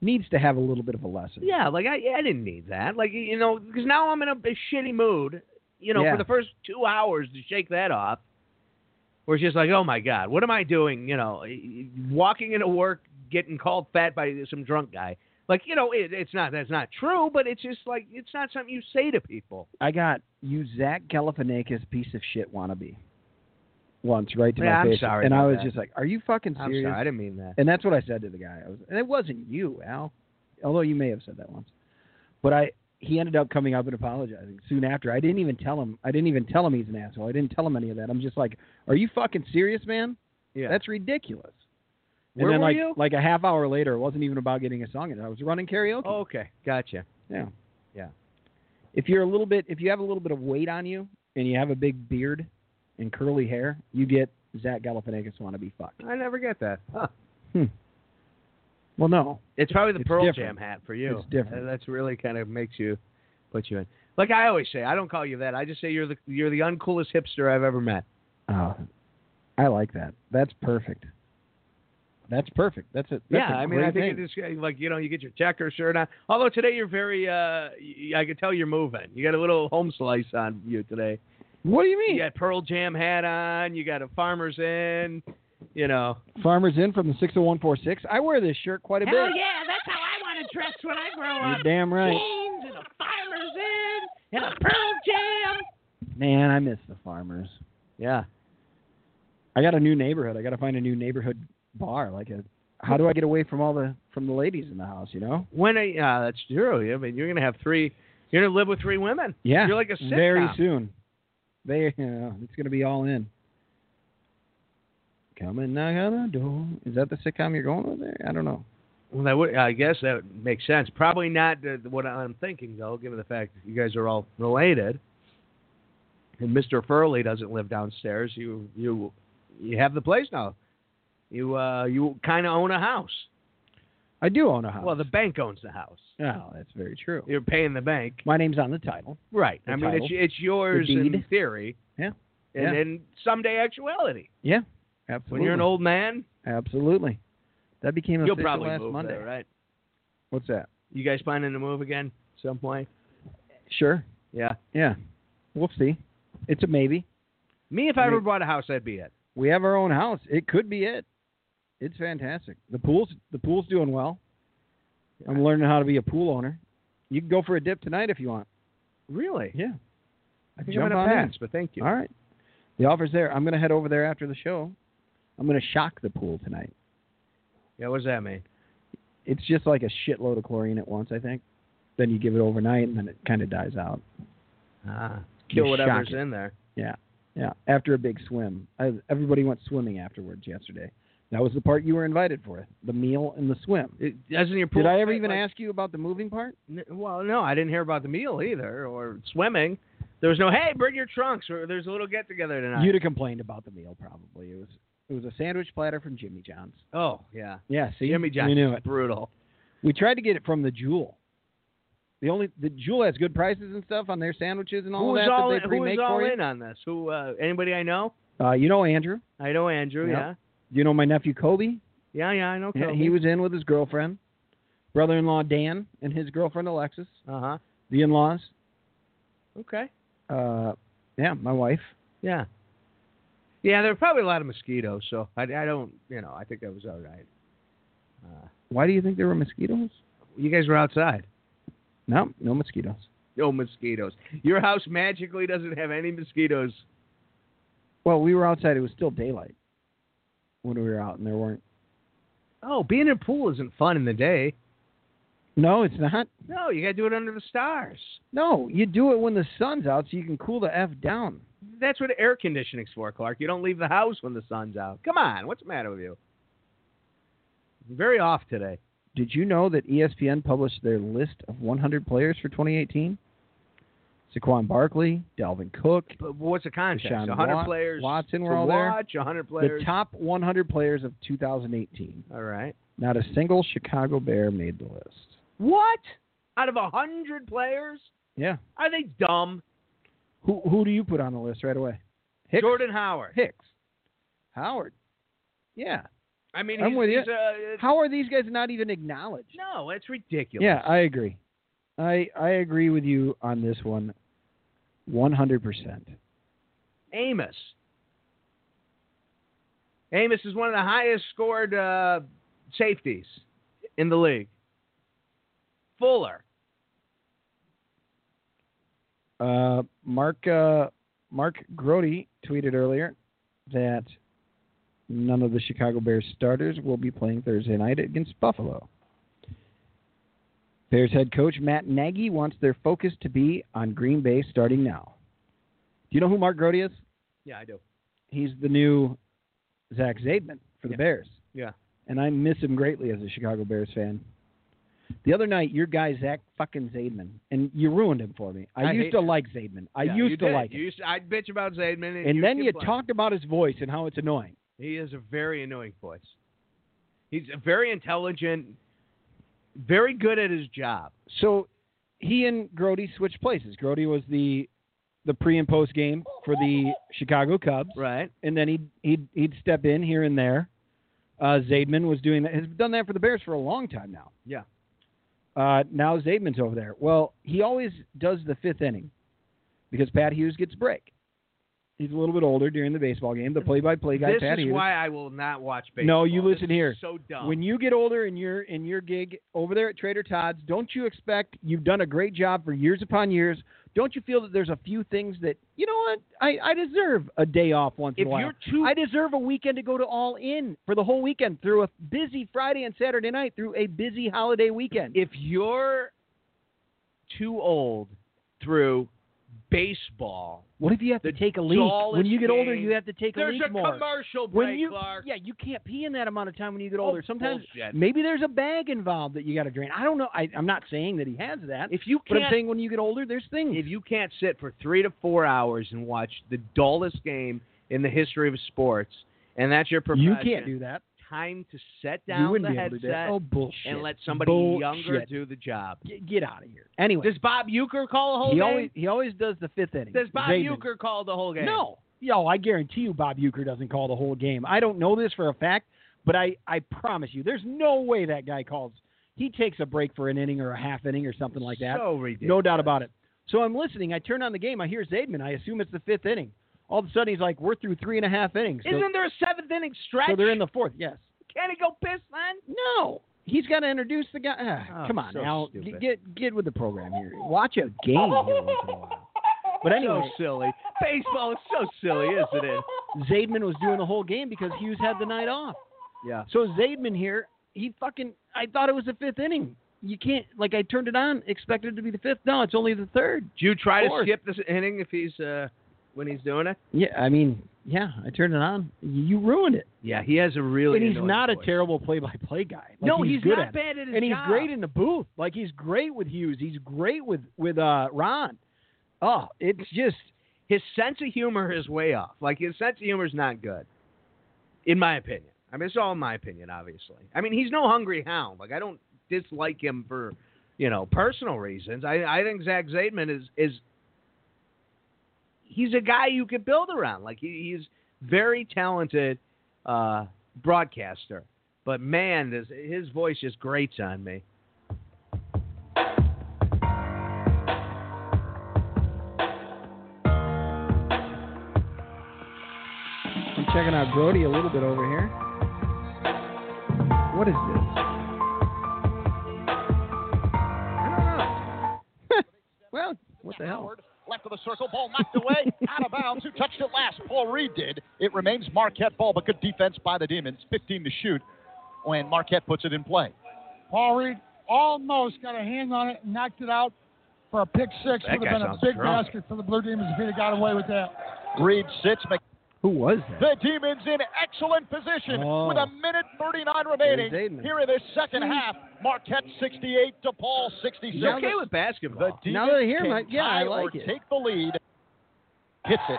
S3: needs to have a little bit of a lesson.
S2: Yeah, like I, I didn't need that. Like you know, because now I'm in a, a shitty mood. You know,
S3: Yeah.
S2: for the first two hours to shake that off, where it's just like, oh my god, what am I doing? You know, walking into work, getting called fat by some drunk guy. Like you know, it, it's not that's not true, but it's just like it's not something you say to people.
S3: I got you, Zach Galifianakis, piece of shit wannabe, once right to
S2: Yeah,
S3: my
S2: I'm
S3: face,
S2: sorry
S3: and I
S2: about
S3: was
S2: that.
S3: just like, "Are you fucking
S2: I'm
S3: serious?"
S2: sorry, I didn't mean that.
S3: And that's what I said to the guy. I was, and it wasn't you, Al, although you may have said that once. But I, he ended up coming up and apologizing soon after. I didn't even tell him. I didn't even tell him he's an asshole. I didn't tell him any of that. I'm just like, "Are you fucking serious, man?
S2: Yeah,
S3: That's ridiculous."
S2: Where
S3: and then
S2: were
S3: like
S2: you?
S3: like a half hour later, it wasn't even about getting a song in. I was running karaoke.
S2: Oh, okay, gotcha.
S3: Yeah.
S2: Yeah.
S3: If you're a little bit, if you have a little bit of weight on you and you have a big beard and curly hair, you get Zach Galifianakis want to be fucked. Hmm.
S2: I never get that. Huh.
S3: Well, no.
S2: It's probably the
S3: It's
S2: Pearl Jam
S3: different.
S2: hat for you.
S3: It's different.
S2: Uh, That's really kind of makes you put you in. Like I always say, I don't call you that. I just say you're the you're the uncoolest hipster I've ever met.
S3: Oh, I like that. That's perfect. That's perfect. That's it.
S2: yeah, I mean, I think it's uh, like you know, you get your checker shirt on. Although today you're very, uh y- I could tell you're moving. You got a little home slice on you today.
S3: What do you mean?
S2: You got Pearl Jam hat on. You got a farmer's in. You know,
S3: Farmers in from the 60146. I wear this shirt quite a
S4: Hell
S3: bit.
S4: yeah, that's how I want to dress when I grow up.
S3: You're damn right.
S4: Jeans and a farmer's in and a Pearl Jam.
S3: Man, I miss the farmers.
S2: yeah.
S3: I got a new neighborhood. I got to find a new neighborhood bar. Like a, how do I get away from all the from the ladies in the house? You know?
S2: When I, yeah, that's true. I mean, you're gonna have three. You're gonna live with three women.
S3: Yeah.
S2: You're like a sitcom.
S3: very soon. They, you know, it's gonna be all in. Come and knock on the door. Is that the sitcom you're going with there? I don't know.
S2: Well, that would, I guess that would make sense. Probably not uh, what I'm thinking, though, given the fact that you guys are all related, and Mr. Furley doesn't live downstairs. You you you have the place now. You uh you kind of own a house.
S3: I do own a house.
S2: Well, the bank owns the house.
S3: oh, that's very true.
S2: You're paying the bank,
S3: My name's on the title.
S2: right?
S3: The
S2: I mean,
S3: title.
S2: it's it's yours
S3: The
S2: in
S3: deed.
S2: theory.
S3: Yeah.
S2: And
S3: Yeah.
S2: then someday actuality.
S3: Yeah, absolutely.
S2: When you're an old man,
S3: absolutely. That became
S2: you'll
S3: official
S2: probably
S3: last
S2: move
S3: Monday.
S2: there, right?
S3: What's that?
S2: You guys planning to move again at some point?
S3: Sure.
S2: Yeah.
S3: Yeah. We'll see. It's a maybe.
S2: Me, if
S3: I
S2: I ever
S3: mean-
S2: bought a house, that'd be it.
S3: We have our own house. It could be it. It's fantastic. The pool's the pool's doing well. I'm learning how to be a pool owner. You can go for a dip tonight if you want.
S2: Really?
S3: Yeah.
S2: I
S3: think I'm gonna pass,
S2: but thank
S3: All right. The offer's there. I'm gonna head over there after the show. I'm gonna shock the pool tonight.
S2: Yeah, what does that mean?
S3: It's just like a shitload of chlorine at once, I think. Then you give it overnight and then it kinda dies out.
S2: Ah,
S3: You
S2: kill whatever's
S3: shock it.
S2: in there.
S3: Yeah. After a big swim. I, everybody went swimming afterwards yesterday. That was the part you were invited for. The meal and the swim.
S2: It, doesn't your pool
S3: Did I ever
S2: fit,
S3: even
S2: like-
S3: ask you about the moving part?
S2: N- Well, no, I didn't hear about the meal either, or swimming. There was no, hey, bring your trunks, or there's a little get together tonight.
S3: You'd have complained about the meal probably. It was it was a sandwich platter from Jimmy John's.
S2: oh, yeah.
S3: Yeah, see,
S2: Jimmy John's
S3: We knew it.
S2: brutal.
S3: We tried to get it from the Jewel. The only the Jewel has good prices and stuff on their sandwiches and all
S2: who
S3: of
S2: was
S3: that
S2: all,
S3: that
S2: in,
S3: they
S2: who was
S3: pre-make
S2: all
S3: for you.
S2: in on this? Who? Uh, anybody I know?
S3: Uh, you know Andrew.
S2: I know Andrew.
S3: Yep.
S2: Yeah.
S3: You know my nephew Kobe.
S2: Yeah, yeah, I know.
S3: Yeah,
S2: Kobe.
S3: he was in with his girlfriend, brother-in-law Dan, and his girlfriend Alexis.
S2: Uh huh.
S3: The in-laws.
S2: Okay.
S3: Uh, yeah, my wife.
S2: Yeah. Yeah, there were probably a lot of mosquitoes, so I, I don't, you know, I think that was all right. Uh,
S3: Why do you think there were mosquitoes?
S2: You guys were outside.
S3: No, no mosquitoes.
S2: No mosquitoes. Your house magically doesn't have any mosquitoes.
S3: Well, we were outside. It was still daylight when we were out, and there weren't.
S2: Oh, being in a pool isn't fun in the day.
S3: No, it's not.
S2: No, you got to do it under the stars.
S3: No, you do it when the sun's out so you can cool the F down.
S2: That's what air conditioning's for, Clark. You don't leave the house when the sun's out. Come on, what's the matter with you? Very off today.
S3: Did you know that E ESPN published their list of 100 players for 2018? Saquon Barkley, Dalvin Cook,
S2: But what's the contest?
S3: Deshaun
S2: 100
S3: Wat-
S2: players
S3: Watson were
S2: to
S3: all there.
S2: watch, 100 players.
S3: the top 100 players of 2018.
S2: all right.
S3: Not a single Chicago Bear made the list.
S2: What? Out of 100 players?
S3: Yeah.
S2: Are they dumb?
S3: Who who do you put on the list right away? Hicks.
S2: Jordan Howard.
S3: Hicks. Howard. Yeah.
S2: I mean,
S3: I'm
S2: he's,
S3: with you.
S2: he's a-
S3: How are these guys not even acknowledged?
S2: no, that's ridiculous.
S3: Yeah, I agree. I I agree with you on this one. 100%.
S2: Amos. Amos is one of the highest scored uh, safeties in the league. Fuller.
S3: Uh, Mark uh, Mark Grody tweeted earlier that none of the Chicago Bears starters will be playing Thursday night against Buffalo. Bears head coach Matt Nagy wants their focus to be on Green Bay starting now. Do you know who Mark Grody is?
S2: Yeah, I do.
S3: He's the new Zach Zabin for the
S2: Yeah.
S3: Bears.
S2: Yeah.
S3: And I miss him greatly as a Chicago Bears fan. The other night, your guy Zach fucking Zaidman, and you ruined him for me. I,
S2: I hate
S3: used to
S2: him.
S3: like Zaidman. I
S2: Yeah, you
S3: used to
S2: did.
S3: like
S2: You
S3: him.
S2: used to- I'd bitch about Zaidman. And,
S3: And then
S2: keep
S3: you
S2: playing.
S3: talked about his voice and how it's annoying.
S2: He has a very annoying voice. He's very intelligent, very good at his job.
S3: So he and Grody switched places. Grody was the the pre and post game for the Chicago Cubs,
S2: Right.
S3: and then he'd he'd he'd step in here and there. Uh, Zaidman was doing that. Has done that for the Bears for a long time now.
S2: Yeah.
S3: Uh, now Zaidman's over there. Well, he always does the fifth inning because Pat Hughes gets a break. He's a little bit older during the baseball game. The play-by-play guy,
S2: this
S3: Pat
S2: is
S3: Hughes.
S2: why I will not watch baseball.
S3: No, you
S2: This is
S3: listen here.
S2: So dumb.
S3: When you get older in your in your gig over there at Trader Todd's, don't you expect you've done a great job for years upon years? Don't you feel that there's a few things that you know what I, I deserve a day off once
S2: if
S3: in a while?
S2: you're too
S3: I deserve a weekend to go to All In for the whole weekend through a busy Friday and Saturday night through a busy holiday weekend.
S2: if you're too old through baseball,
S3: what if you have to
S2: the
S3: take a leak? When
S2: dullest
S3: you get older,
S2: game-
S3: you have to take a
S2: there's
S3: leak
S2: a
S3: more.
S2: commercial break,
S3: when you
S2: Clark.
S3: yeah, you can't pee in that amount of time when you get
S2: Oh,
S3: older. Sometimes
S2: bullshit.
S3: maybe there's a bag involved that you got to drain. I don't know. I, I'm not saying that he has that.
S2: if you
S3: But I'm
S2: can't
S3: saying when you get older, there's things.
S2: if you can't sit for three to four hours and watch the dullest game in the history of sports, and that's your profession,
S3: You can't do that.
S2: time to set
S3: You
S2: down the
S3: wouldn't be able to do that.
S2: headset
S3: Oh bullshit!
S2: and let somebody
S3: bullshit.
S2: younger do the job.
S3: G- get out of here. Anyway,
S2: Does Bob Euchre call the whole
S3: he
S2: game?
S3: always he always does the fifth inning.
S2: Does Bob
S3: Zayden.
S2: Euchre call the whole game?
S3: No. Yo, I guarantee you Bob Euchre doesn't call the whole game. I don't know this for a fact, but I, I promise you, there's no way that guy calls. He takes a break for an inning or a half inning or something like that.
S2: So ridiculous.
S3: no doubt about it. So I'm listening. I turn on the game. I hear Zaidman. I assume it's the fifth inning. All of a sudden, he's like, we're through three and a half innings. So,
S2: Isn't there a seventh inning stretch?
S3: so they're in the fourth, yes.
S2: Can he go piss then?
S3: No. He's got to introduce the guy. Ah,
S2: Oh,
S3: come on,
S2: so
S3: Al. G-
S2: stupid.
S3: Get, get with the program here. Watch a game every once in a while. But anyway,
S2: Oh. so silly. Baseball is so silly, isn't it?
S3: Zaidman was doing the whole game because Hughes had the night off.
S2: Yeah.
S3: So Zaidman here, he fucking. I thought it was the fifth inning. You can't like I turned it on, expected it to be the fifth. No, it's only the third.
S2: Do you try to
S3: Fourth.
S2: skip this inning if he's uh, when he's doing it?
S3: Yeah, I mean, yeah, I turned it on. You ruined it.
S2: Yeah, he has a really.
S3: and he's
S2: annoying
S3: not a
S2: voice.
S3: terrible play-by-play guy. Like,
S2: no,
S3: he's,
S2: he's,
S3: good
S2: not
S3: at it.
S2: bad at his
S3: and he's
S2: job.
S3: great in the booth. Like he's great with Hughes. He's great with with uh Ron. Oh, it's just
S2: his sense of humor is way off. Like his sense of humor is not good, in my opinion. I mean, it's all my opinion, obviously. I mean, he's no hungry hound. Like I don't dislike him for, you know, personal reasons. I I think Zach Zaidman is is. He's a guy you could build around. Like he, he's very talented uh, broadcaster, but man, this, his voice just grates on me.
S3: I'm checking out Brody a little bit over here. What is this? the hell?
S5: Howard, left of the circle, ball knocked away, out of bounds. Who touched it last? Paul Reed did. It remains Marquette ball, but good defense by the Demons. 15 to shoot when Marquette puts it in play.
S6: Paul Reed almost got a hand on it, knocked it out for a pick six.
S2: That
S6: Would have
S2: guy
S6: been a
S2: sounds
S6: big
S2: drunk.
S6: basket for the Blue Demons if he'd have got away with that.
S5: Reed sits. Mc-
S3: Who was that?
S5: The Demons in excellent position
S3: Oh.
S5: with a minute 39 remaining
S3: There's Aidman.
S5: here in the second half. Marquette 68, DePaul 66.
S2: He's okay with
S5: the
S2: basketball.
S5: Demons
S3: Now that I hear him,
S5: can
S3: I- yeah, I
S5: tie or
S3: like it.
S5: take the lead. Hits it.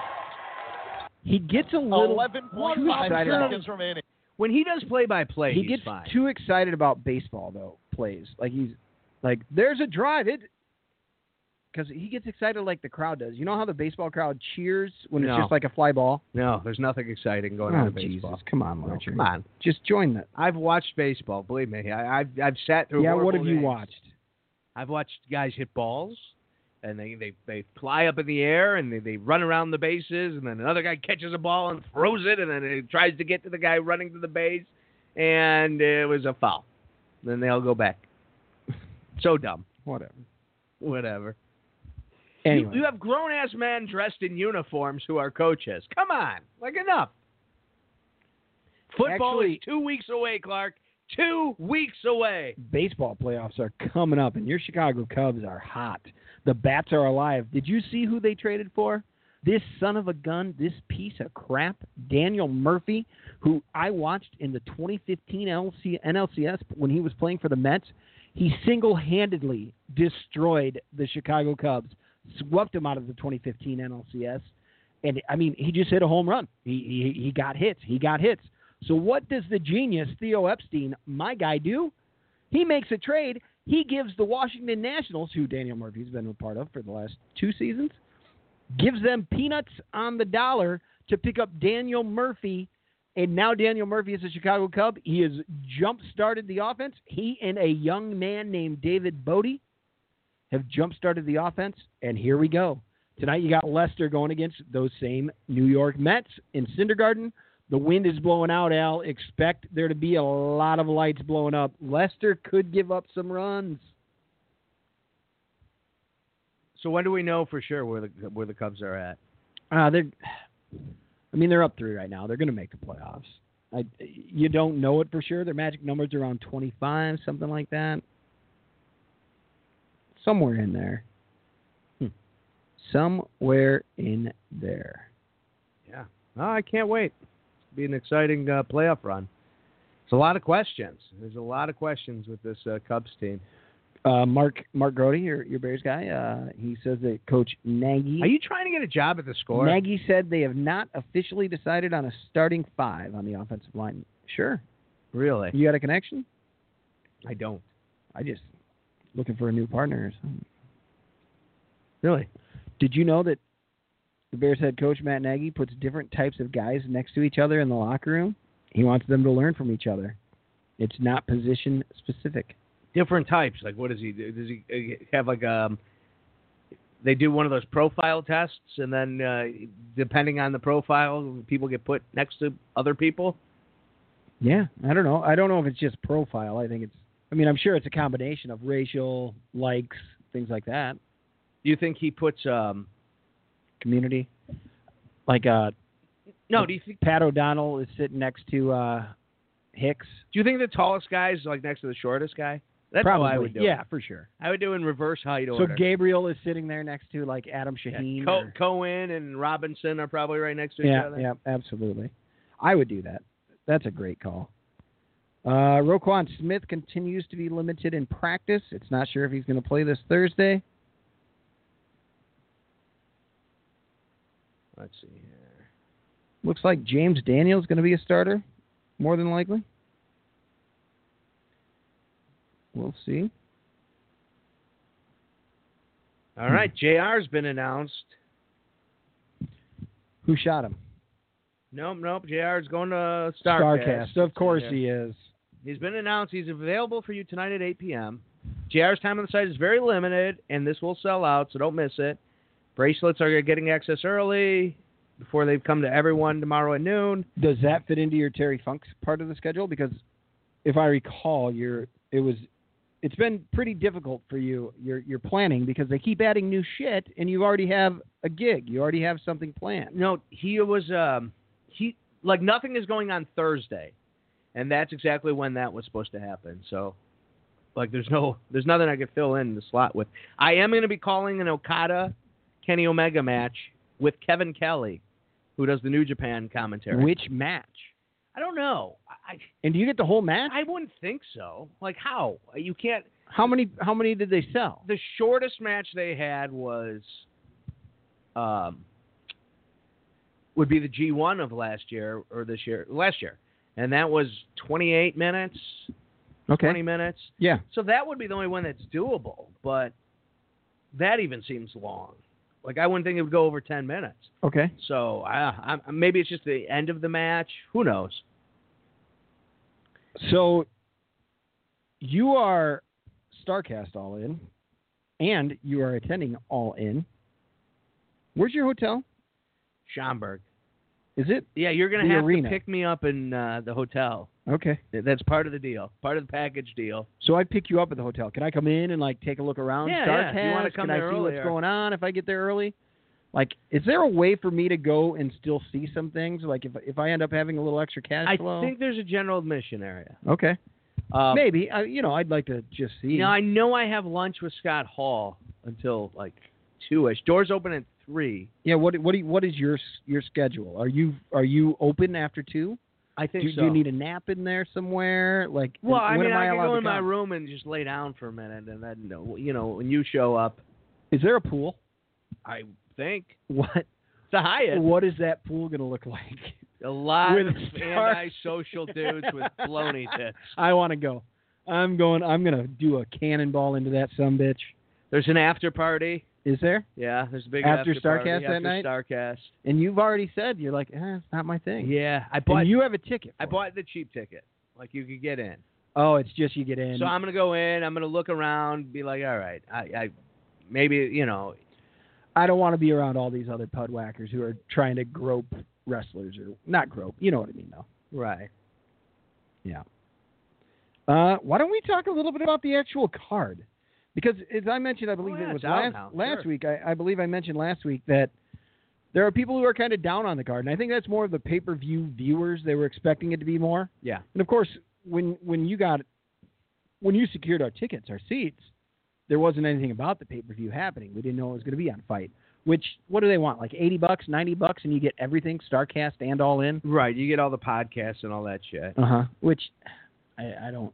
S3: He gets a little.
S5: 11.5 seconds remaining.
S2: When he does play by play,
S3: He
S2: he's
S3: gets
S2: fine.
S3: too excited about baseball though. Plays like he's like there's a drive it because he gets excited like the crowd does. You know how the baseball crowd cheers when
S2: No.
S3: it's just like a fly ball.
S2: no, there's nothing exciting going on
S3: oh
S2: in baseball.
S3: Jesus! Come on,
S2: No,
S3: Larcher.
S2: come on.
S3: Just join that.
S2: I've watched baseball. Believe me, I, I've I've sat through.
S3: Yeah, what
S2: horrible
S3: have you
S2: games.
S3: watched?
S2: I've watched guys hit balls, and they, they, they fly up in the air and they, they run around the bases, and then another guy catches a ball and throws it, and then it tries to get to the guy running to the base, and it was a foul. Then they all go back. So dumb.
S3: Whatever.
S2: Whatever. You-
S3: Anyway,
S2: You, have grown ass men dressed in uniforms who are coaches. Come on, like enough. Football
S3: Actually-
S2: is two weeks away, Clark. Two weeks away.
S3: baseball playoffs are coming up, and your Chicago Cubs are hot. The bats are alive. Did you see who they traded for? This son of a gun, this piece of crap, Daniel Murphy, who I watched in the 2015 LC, NLCS when he was playing for the Mets. He single handedly destroyed the Chicago Cubs, swept them out of the 2015 NLCS. And I mean, he just hit a home run. He, he, he got hits. He got hits. So, what does the genius, Theo Epstein, my guy, do? He makes a trade. He gives the Washington Nationals, who Daniel Murphy's been a part of for the last two seasons, gives them peanuts on the dollar to pick up Daniel Murphy. And now Daniel Murphy is a Chicago Cub. He has jump started the offense. He and a young man named David Bodie have jump started the offense. And here we go. Tonight you got Lester going against those same New York Mets in Kindergarten. The wind is blowing out, Al. Expect there to be a lot of lights blowing up. Lester could give up some runs.
S2: So when do we know for sure where the where the Cubs are at?
S3: Uh, they're, I mean, they're up three right now. They're going to make the playoffs. I, you don't know it for sure. Their magic numbers are around 25, something like that. Somewhere in there. Hmm. Somewhere in there.
S2: Yeah. Oh, I can't wait. It'll be an exciting uh, playoff run. It's a lot of questions. There's a lot of questions with this uh, Cubs team.
S3: Uh, Mark Mark Grody, your, your Bears guy, uh, he says that Coach Nagy.
S2: Are you trying to get a job at the score?
S3: Nagy said they have not officially decided on a starting five on the offensive line. Sure.
S2: really?
S3: You got a connection?
S2: I don't.
S3: I just looking for a new partner or something.
S2: Really?
S3: Did you know that the Bears head coach Matt Nagy puts different types of guys next to each other in the locker room? He wants them to learn from each other. It's not position specific.
S2: Different types. Like, what does he do? Does he uh, have like um? They do one of those profile tests, and then uh, depending on the profile, people get put next to other people.
S3: Yeah, I don't know. I don't know if it's just profile. I think it's. I mean, I'm sure it's a combination of racial likes, things like that.
S2: Do you think he puts um?
S3: Community, like uh,
S2: No, do you think?
S3: Pat O'Donnell is sitting next to uh, Hicks.
S2: Do you think the tallest guy is like next to the shortest guy? That's
S3: Probably.
S2: how I would do
S3: yeah,
S2: it.
S3: for sure.
S2: I would do it in reverse height
S3: So
S2: order.
S3: Gabriel is sitting there next to like Adam
S2: Yeah,
S3: Shaheen.
S2: Co-
S3: or-
S2: Cohen and Robinson are probably right next to each
S3: yeah,
S2: other.
S3: yeah, absolutely. I would do that. That's a great call. Uh, Roquan Smith continues to be limited in practice. It's not sure if he's going to play this Thursday.
S2: Let's see here.
S3: Looks like James Daniels going to be a starter, more than likely. We'll see.
S2: All right, JR's been announced.
S3: Who shot him?
S2: Nope, nope. JR's going to Starcast.
S3: Starcast. Of course he is.
S2: He's been announced. He's available for you tonight at 8 p.m. JR's time on the site is very limited, and this will sell out, so don't miss it. Bracelets are getting access early before they come to everyone tomorrow at noon.
S3: Does that fit into your Terry Funk's part of the schedule? Because if I recall, your it was it's been pretty difficult for you your your planning because they keep adding new shit and you already have a gig you already have something planned
S2: No, he was um he like nothing is going on Thursday, and that's exactly when that was supposed to happen. So, like, there's no there's nothing I could fill in the slot with. I am going to be calling an Okada Kenny Omega match with Kevin Kelly, who does the New Japan commentary.
S3: which match
S2: I don't know. I
S3: and do you get the whole match
S2: I wouldn't think so. Like how you can't.
S3: how many how many did they sell
S2: The shortest match they had was, um, would be the G1 of last year or this year last year, and that was 28 minutes, 20 minutes.
S3: yeah
S2: So that would be the only one that's doable, but that even seems long. Like I wouldn't think it would go over 10 minutes.
S3: okay
S2: So I, I, maybe it's just the end of the match. Who knows?
S3: so you are starcast all in and you are attending all in where's your hotel
S2: Schomburg.
S3: is it
S2: Yeah, you're gonna
S3: The
S2: have
S3: arena.
S2: to pick me up in uh, the hotel.
S3: okay
S2: That's part of the deal, part of the package deal.
S3: so i pick you up at the hotel can i come in and like take a look around
S2: Yeah, yeah.
S3: starcast
S2: If you wanna come
S3: can i
S2: there
S3: see
S2: earlier.
S3: what's going on if i get there early like is there a way for me to go and still see some things like if if i end up having a little extra cash
S2: I
S3: flow
S2: think there's a general admission area.
S3: okay
S2: Um,
S3: maybe I, you know i'd like to just see
S2: Now I know I have lunch with Scott Hall until like two ish. Doors open at three.
S3: yeah what what do you, what is your s- your schedule are you are you open after 2
S2: I think
S3: Do, you-
S2: so.
S3: do you need a nap in there somewhere? Like,
S2: well, I
S3: when
S2: mean,
S3: am I,
S2: I,
S3: allowed
S2: can go
S3: to
S2: in my
S3: come?
S2: room and just lay down for a minute, and then uh, you know when you show up,
S3: Is there a pool?
S2: I think
S3: What?
S2: the Hyatt.
S3: What is that pool going to look like?
S2: A lot
S3: With
S2: of
S3: stars.
S2: antisocial dudes with baloney tits.
S3: I want to go. I'm going. I'm going to do a cannonball into that some bitch.
S2: There's an after party.
S3: Is there?
S2: Yeah, there's a big
S3: After
S2: party
S3: Starcast that
S2: after
S3: night?
S2: Starcast.
S3: And you've already said you're like, eh, it's not my thing.
S2: Yeah, I
S3: And
S2: bought.
S3: you have a ticket.
S2: I
S3: for it.
S2: bought the cheap ticket. Like you could get in.
S3: Oh, it's just you get in.
S2: so I'm gonna go in. I'm gonna look around. Be like, all right, I, I maybe you know.
S3: I don't want to be around all these other pudwhackers who are trying to grope wrestlers or not grope. You know what I mean, though.
S2: Right.
S3: Uh, why don't we talk a little bit about the actual card? Because as I mentioned, I believe
S2: yeah,
S3: it was
S2: it's out
S3: last
S2: now,
S3: last
S2: sure.
S3: week. I, I believe I mentioned last week that there are people who are kind of down on the card, and I think that's more of the pay per view viewers. They were expecting it to be more.
S2: Yeah.
S3: And of course, when when you got when you secured our tickets, our seats, there wasn't anything about the pay per view happening. We didn't know it was going to be on Fight. Which what do they want? Like eighty bucks, ninety bucks, and you get everything, Starcast and all in.
S2: Right. You get all the podcasts and all that shit.
S3: Uh huh. Which I, I don't.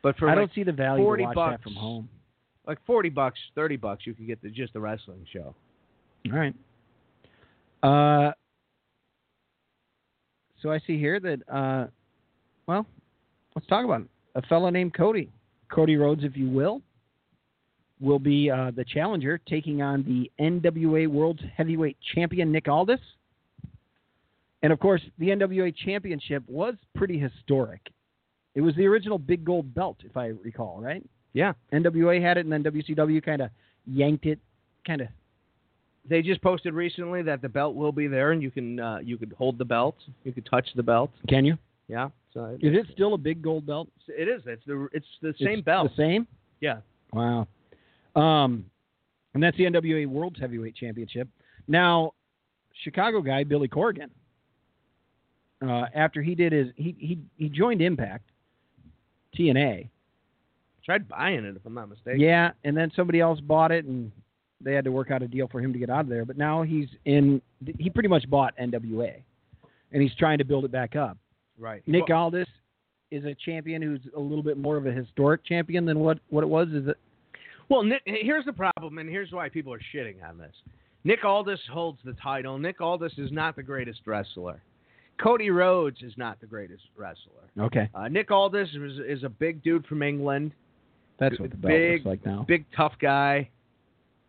S2: But for
S3: I
S2: like,
S3: don't see the value
S2: 40
S3: to watch
S2: bucks.
S3: that from home.
S2: like forty bucks, thirty bucks, you could get the, just the wrestling show.
S3: All right. Uh, so I see here that, uh, well, let's talk about it. a fellow named Cody, Cody Rhodes, if you will, will be uh, the challenger taking on the NWA World Heavyweight Champion Nick Aldis. And of course, the NWA Championship was pretty historic. It was the original big gold belt, if I recall, right?
S2: Yeah.
S3: NWA had it, and then WCW kind of yanked it, kind of
S2: They just posted recently that the belt will be there, and you can uh, you could hold the belt, you could touch the belt.
S3: Can you?
S2: Yeah. So
S3: Is it still a big gold belt?
S2: It is. It's the it's the same
S3: It's
S2: belt.
S3: The same?
S2: Yeah.
S3: Wow. Um, and that's the NWA World Heavyweight Championship. Now, Chicago guy Billy Corrigan. Uh, after he did his, he he he joined Impact, TNA.
S2: Tried buying it if I'm not mistaken.
S3: Yeah, and then somebody else bought it, and they had to work out a deal for him to get out of there. But now he's in. He pretty much bought NWA, and he's trying to build it back up.
S2: Right.
S3: Nick
S2: Well,
S3: Aldis is a champion who's a little bit more of a historic champion than what, what it was. Is it?
S2: Well, Nick, here's the problem, and here's why people are shitting on this. Nick Aldis holds the title. Nick Aldis is not the greatest wrestler. Cody Rhodes is not the greatest wrestler.
S3: Okay,
S2: Uh, Nick Aldis is, is a big dude from England,
S3: that's what the belt
S2: Big-
S3: looks like now.
S2: big tough guy.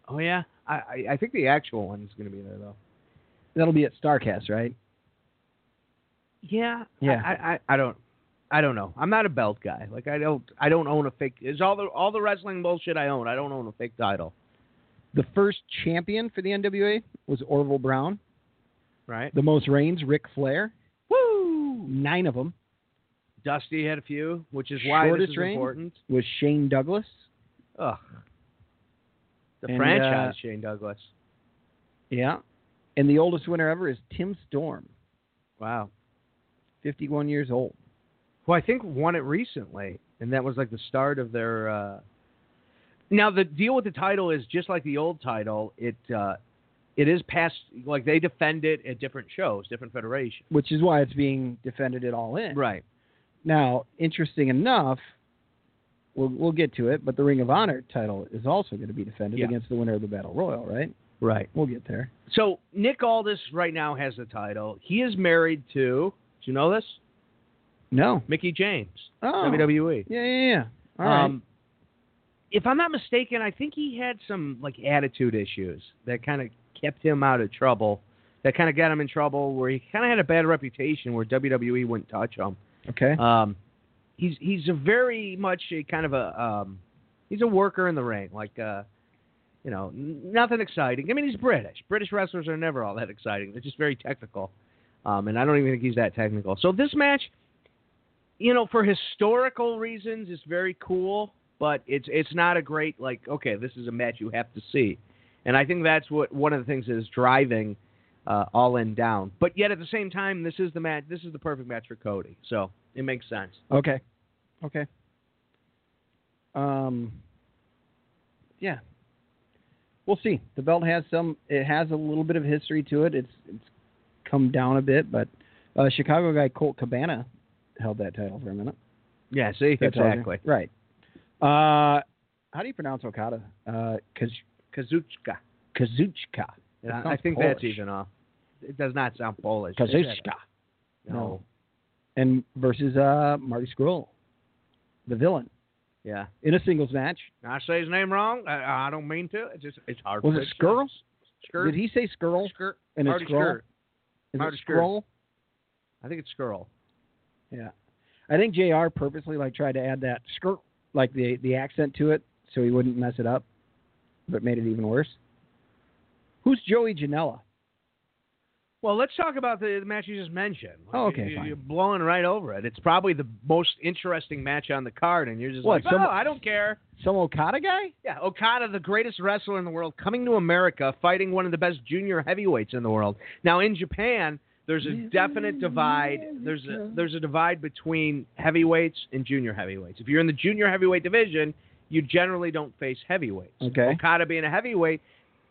S2: Oh yeah, I, I, I think the actual one is going to be there though.
S3: That'll be at Starcast, right?
S2: Yeah,
S3: Yeah.
S2: I, I, I don't, I don't know. I'm not a belt guy. Like I don't, I don't own a fake. Is all the all the wrestling bullshit I own. I don't own a fake title.
S3: The first champion for the NWA was Orville Brown.
S2: Right.
S3: The most reigns, Ric Flair.
S2: Woo.
S3: Nine of them.
S2: Dusty had a few, which is why
S3: Shortest
S2: this is
S3: reign?
S2: important.
S3: was Shane Douglas.
S2: Ugh. The
S3: And,
S2: franchise
S3: uh,
S2: Shane Douglas.
S3: Yeah. And the oldest winner ever is Tim Storm,
S2: Wow.
S3: 51 years old.
S2: Who I think won it recently, and that was like the start of their. Uh... Now the deal with the title is just like the old title. It uh, it is past like they defend it at different shows, different federations.
S3: which is why it's being defended at all in.
S2: Right.
S3: Now, interesting enough, we'll, we'll get to it, but the Ring of Honor title is also going to be defended
S2: Yeah.
S3: against the winner of the Battle Royal, right?
S2: Right.
S3: We'll get there.
S2: So Nick Aldis right now has the title. He is married to. Do you know this?
S3: No.
S2: Mickey James,
S3: Oh.
S2: WWE.
S3: Yeah, yeah, yeah. All right.
S2: E. Um, if I'm not mistaken, I think he had some like attitude issues that kind of kept him out of trouble. That kind of got him in trouble, where he kind of had a bad reputation, where WWE wouldn't touch him.
S3: okay.
S2: Um, he's he's a very much a kind of a um, he's a worker in the ring, like uh, you know, n- nothing exciting. I mean, he's British. British wrestlers are never all that exciting. They're just very technical, um, and I don't even think he's that technical. So this match, you know, for historical reasons, it's very cool, but it's it's not a great like okay, this is a match you have to see, and I think that's what one of the things that is driving. Uh, all in down, but yet at the same time, this is the match. This is the perfect match for Cody, so it makes sense.
S3: okay. Okay. Um, yeah. We'll see. The belt has some. It has a little bit of history to it. It's it's come down a bit, but uh, Chicago guy Colt Cabana held that title for a minute.
S2: Yeah, see,
S3: That tells you.
S2: exactly.
S3: Right. Uh, how do you pronounce Okada? Uh, Kaz-
S2: Kazuchka.
S3: Kazuchka.
S2: And
S3: That
S2: I- I
S3: sounds
S2: think that's
S3: Polish.
S2: even off. It does not sound Polish.
S3: Kazuchka.
S2: No.
S3: And versus uh, Marty Skrull, the villain,
S2: Yeah.
S3: in a singles match.
S2: Now, I say his name wrong. I, I don't mean to. It's just it's hard.
S3: Was
S2: for
S3: it
S2: me to
S3: Skrull?
S2: say. Skrull?
S3: Did he say Skrull?
S2: Skrull?
S3: And
S2: Marty
S3: it's Skrull.
S2: Skrull.
S3: Is
S2: Marty
S3: it
S2: Skrull.
S3: Skrull?
S2: I think it's Skrull.
S3: Yeah. I think Jr. purposely like tried to add that skirt, like the the accent to it, so he wouldn't mess it up, but made it even worse. Who's Joey Janela?
S2: Well, let's talk about the, the match you just mentioned.
S3: Oh, okay,
S2: You,
S3: fine.
S2: are blowing right over it. It's probably the most interesting match on the card, and you're just
S3: What,
S2: like,
S3: some-
S2: oh, I don't care.
S3: Some Okada guy?
S2: Yeah, Okada, the greatest wrestler in the world, coming to America, fighting one of the best junior heavyweights in the world. Now in Japan, there's a definite divide. There's a there's a divide between heavyweights and junior heavyweights. If you're in the junior heavyweight division, you generally don't face heavyweights.
S3: Okay.
S2: Okada being a heavyweight,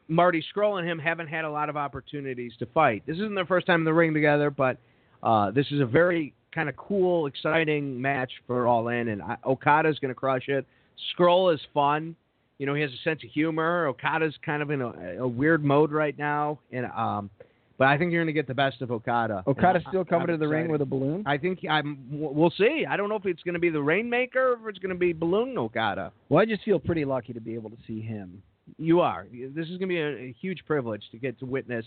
S2: Marty Scroll and him haven't had a lot of opportunities to fight. This isn't their first time in the ring together, but uh, this is a very kind of cool, exciting match for All In, and I, Okada's going to crush it. Scroll is fun. You know, he has a sense of humor. Okada's kind of in a, a weird mode right now, and um, but I think you're going to get the best of Okada.
S3: Okada's
S2: And I-
S3: still coming
S2: I'm
S3: to the ring
S2: excited.
S3: with a balloon?
S2: I think I'm. w- We'll see. I don't know if it's going to be the Rainmaker or if it's going to be Balloon Okada.
S3: Well, I just feel pretty lucky to be able to see him.
S2: You are. This is going to be a, a huge privilege to get to witness.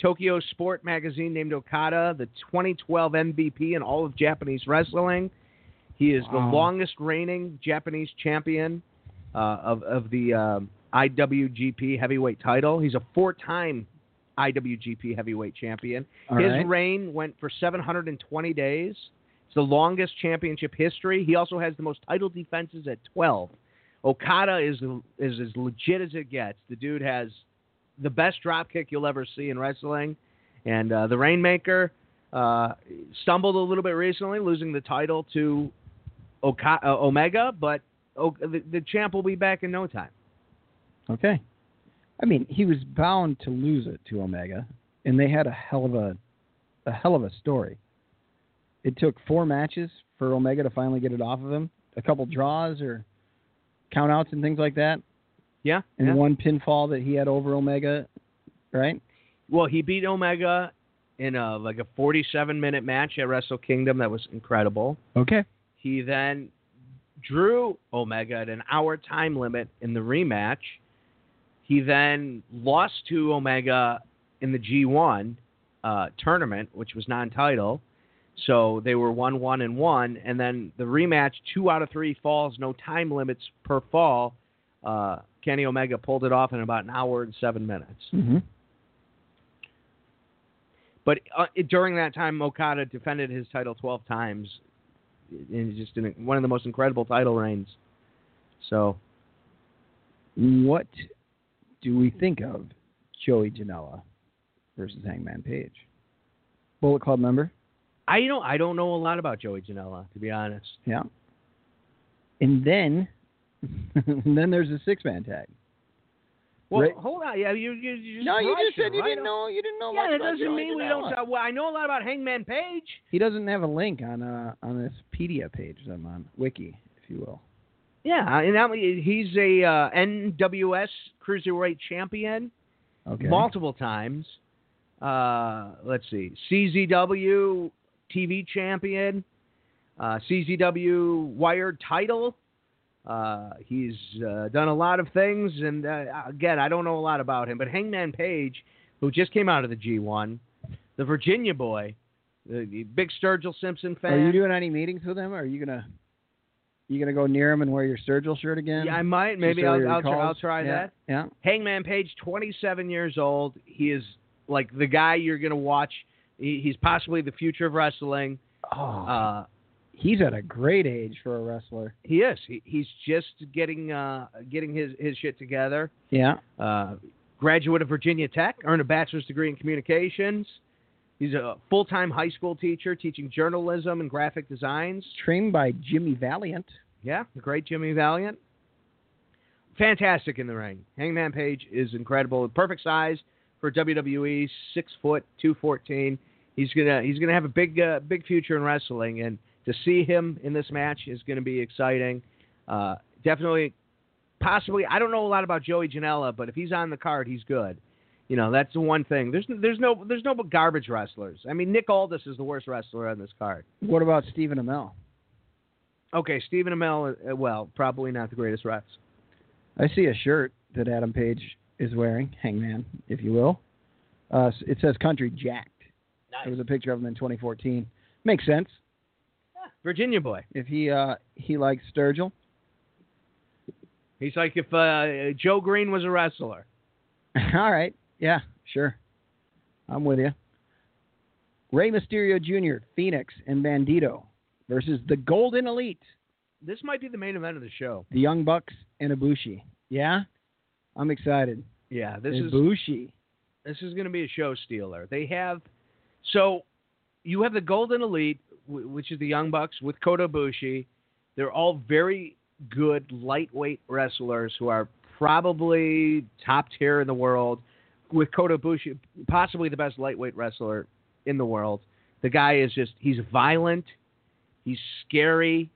S2: Tokyo Sport Magazine named Okada the 2012 MVP in all of Japanese wrestling. He is
S3: Wow.
S2: the longest reigning Japanese champion uh, of of the um, IWGP heavyweight title. He's a four time IWGP heavyweight champion.
S3: All
S2: His
S3: right.
S2: reign went for 720 days. It's the longest championship history. He also has the most title defenses at 12. Okada is is as legit as it gets. The dude has the best drop kick you'll ever see in wrestling, and uh, the Rainmaker uh, stumbled a little bit recently, losing the title to Oka- uh, Omega, but o- the, the champ will be back in no time.
S3: okay. I mean, he was bound to lose it to Omega, and they had a hell of a a hell of a story. It took four matches for Omega to finally get it off of him. A couple draws or countouts and things like that,
S2: Yeah,
S3: and
S2: yeah.
S3: one pinfall that he had over Omega, right?
S2: Well, he beat Omega in a like a 47 minute match at Wrestle Kingdom that was incredible.
S3: Okay.
S2: He then drew Omega at an hour time limit in the rematch. He then lost to Omega in the G1 uh, tournament, which was non-title. So they were one, one, and one, and then the rematch, two out of three falls, no time limits per fall. Uh, Kenny Omega pulled it off in about an hour and seven minutes.
S3: Mm-hmm.
S2: But uh, it- during that time, Okada defended his title 12 times and it's just an, one of the most incredible title reigns. So
S3: What do we think of Joey Janela versus Hangman Page? Bullet Club member.
S2: I don't I don't know a lot about Joey Janela to be honest.
S3: Yeah. And then, and then there's a six man tag.
S2: Well,
S3: Right.
S2: hold on. Yeah, you you, you just
S3: no, you
S2: rushing
S3: just said you
S2: right
S3: didn't know. You didn't know.
S2: on. Yeah,
S3: much
S2: that
S3: about
S2: doesn't
S3: Joey
S2: mean we
S3: Janela.
S2: don't. Uh, well, I know a lot about Hangman Page.
S3: He doesn't have a link on uh, on this Pedia page that I'm on, Wiki, if you will.
S2: Yeah, and that, he's a uh, NWS Cruiserweight Champion
S3: Okay.
S2: multiple times. Uh, let's see, CZW TV Champion, uh, CZW Wired Title. Uh, he's uh, done a lot of things, and uh, again, I don't know a lot about him, but Hangman Page, who just came out of the G1, the Virginia boy, the, the big Sturgill Simpson fan.
S3: Are you doing any meetings with him? Or are you gonna you gonna go near him and wear your Sturgill shirt again?
S2: yeah, I might.
S3: Just
S2: Maybe
S3: so
S2: I'll,
S3: he
S2: I'll, try, I'll
S3: recalls?
S2: try
S3: Yeah,
S2: that.
S3: Yeah.
S2: Hangman Page, 27 years old. He is like the guy you're going to watch. He, he's possibly the future of wrestling.
S3: Oh,
S2: Uh,
S3: he's at a great age for a wrestler.
S2: he is. He, he's just getting uh, getting his, his shit together.
S3: Yeah.
S2: Uh, graduate of Virginia Tech, earned a bachelor's degree in communications. He's a full time high school teacher teaching journalism and graphic designs.
S3: Trained by Jimmy Valiant.
S2: Yeah, the great Jimmy Valiant. Fantastic in the ring. Hangman Page is incredible. Perfect size for WWE, six foot two fourteen. He's gonna he's gonna have a big uh, big future in wrestling, and to see him in this match is gonna be exciting. Uh, definitely, possibly. I don't know a lot about Joey Janela, but if he's on the card, he's good. You know, that's the one thing. There's there's no there's no garbage wrestlers. I mean, Nick Aldis is the worst wrestler on this card.
S3: What about Stephen Amell?
S2: Okay, Stephen Amell, uh, well, probably not the greatest wrestler.
S3: I see a shirt that Adam Page is wearing, Hangman, if you will. Uh, it says Country Jacked. It was a picture of him in 2014. Makes sense
S2: Virginia boy.
S3: if he uh, he likes Sturgill.
S2: He's like if uh, Joe Green was a wrestler.
S3: All right, yeah, sure, I'm with you. Rey Mysterio Jr., Phoenix, and Bandito versus the Golden Elite,
S2: This might be the main event of the show.
S3: the Young Bucks, and Ibushi. Yeah, I'm excited.
S2: Yeah, this is
S3: Ibushi.
S2: this is going to be a show stealer. They have so you have the Golden Elite, wh- which is the Young Bucks with Kota Ibushi. They're all very good lightweight wrestlers who are probably top tier in the world. With Kota Ibushi, possibly the best lightweight wrestler in the world. The guy is just he's violent, he's scary.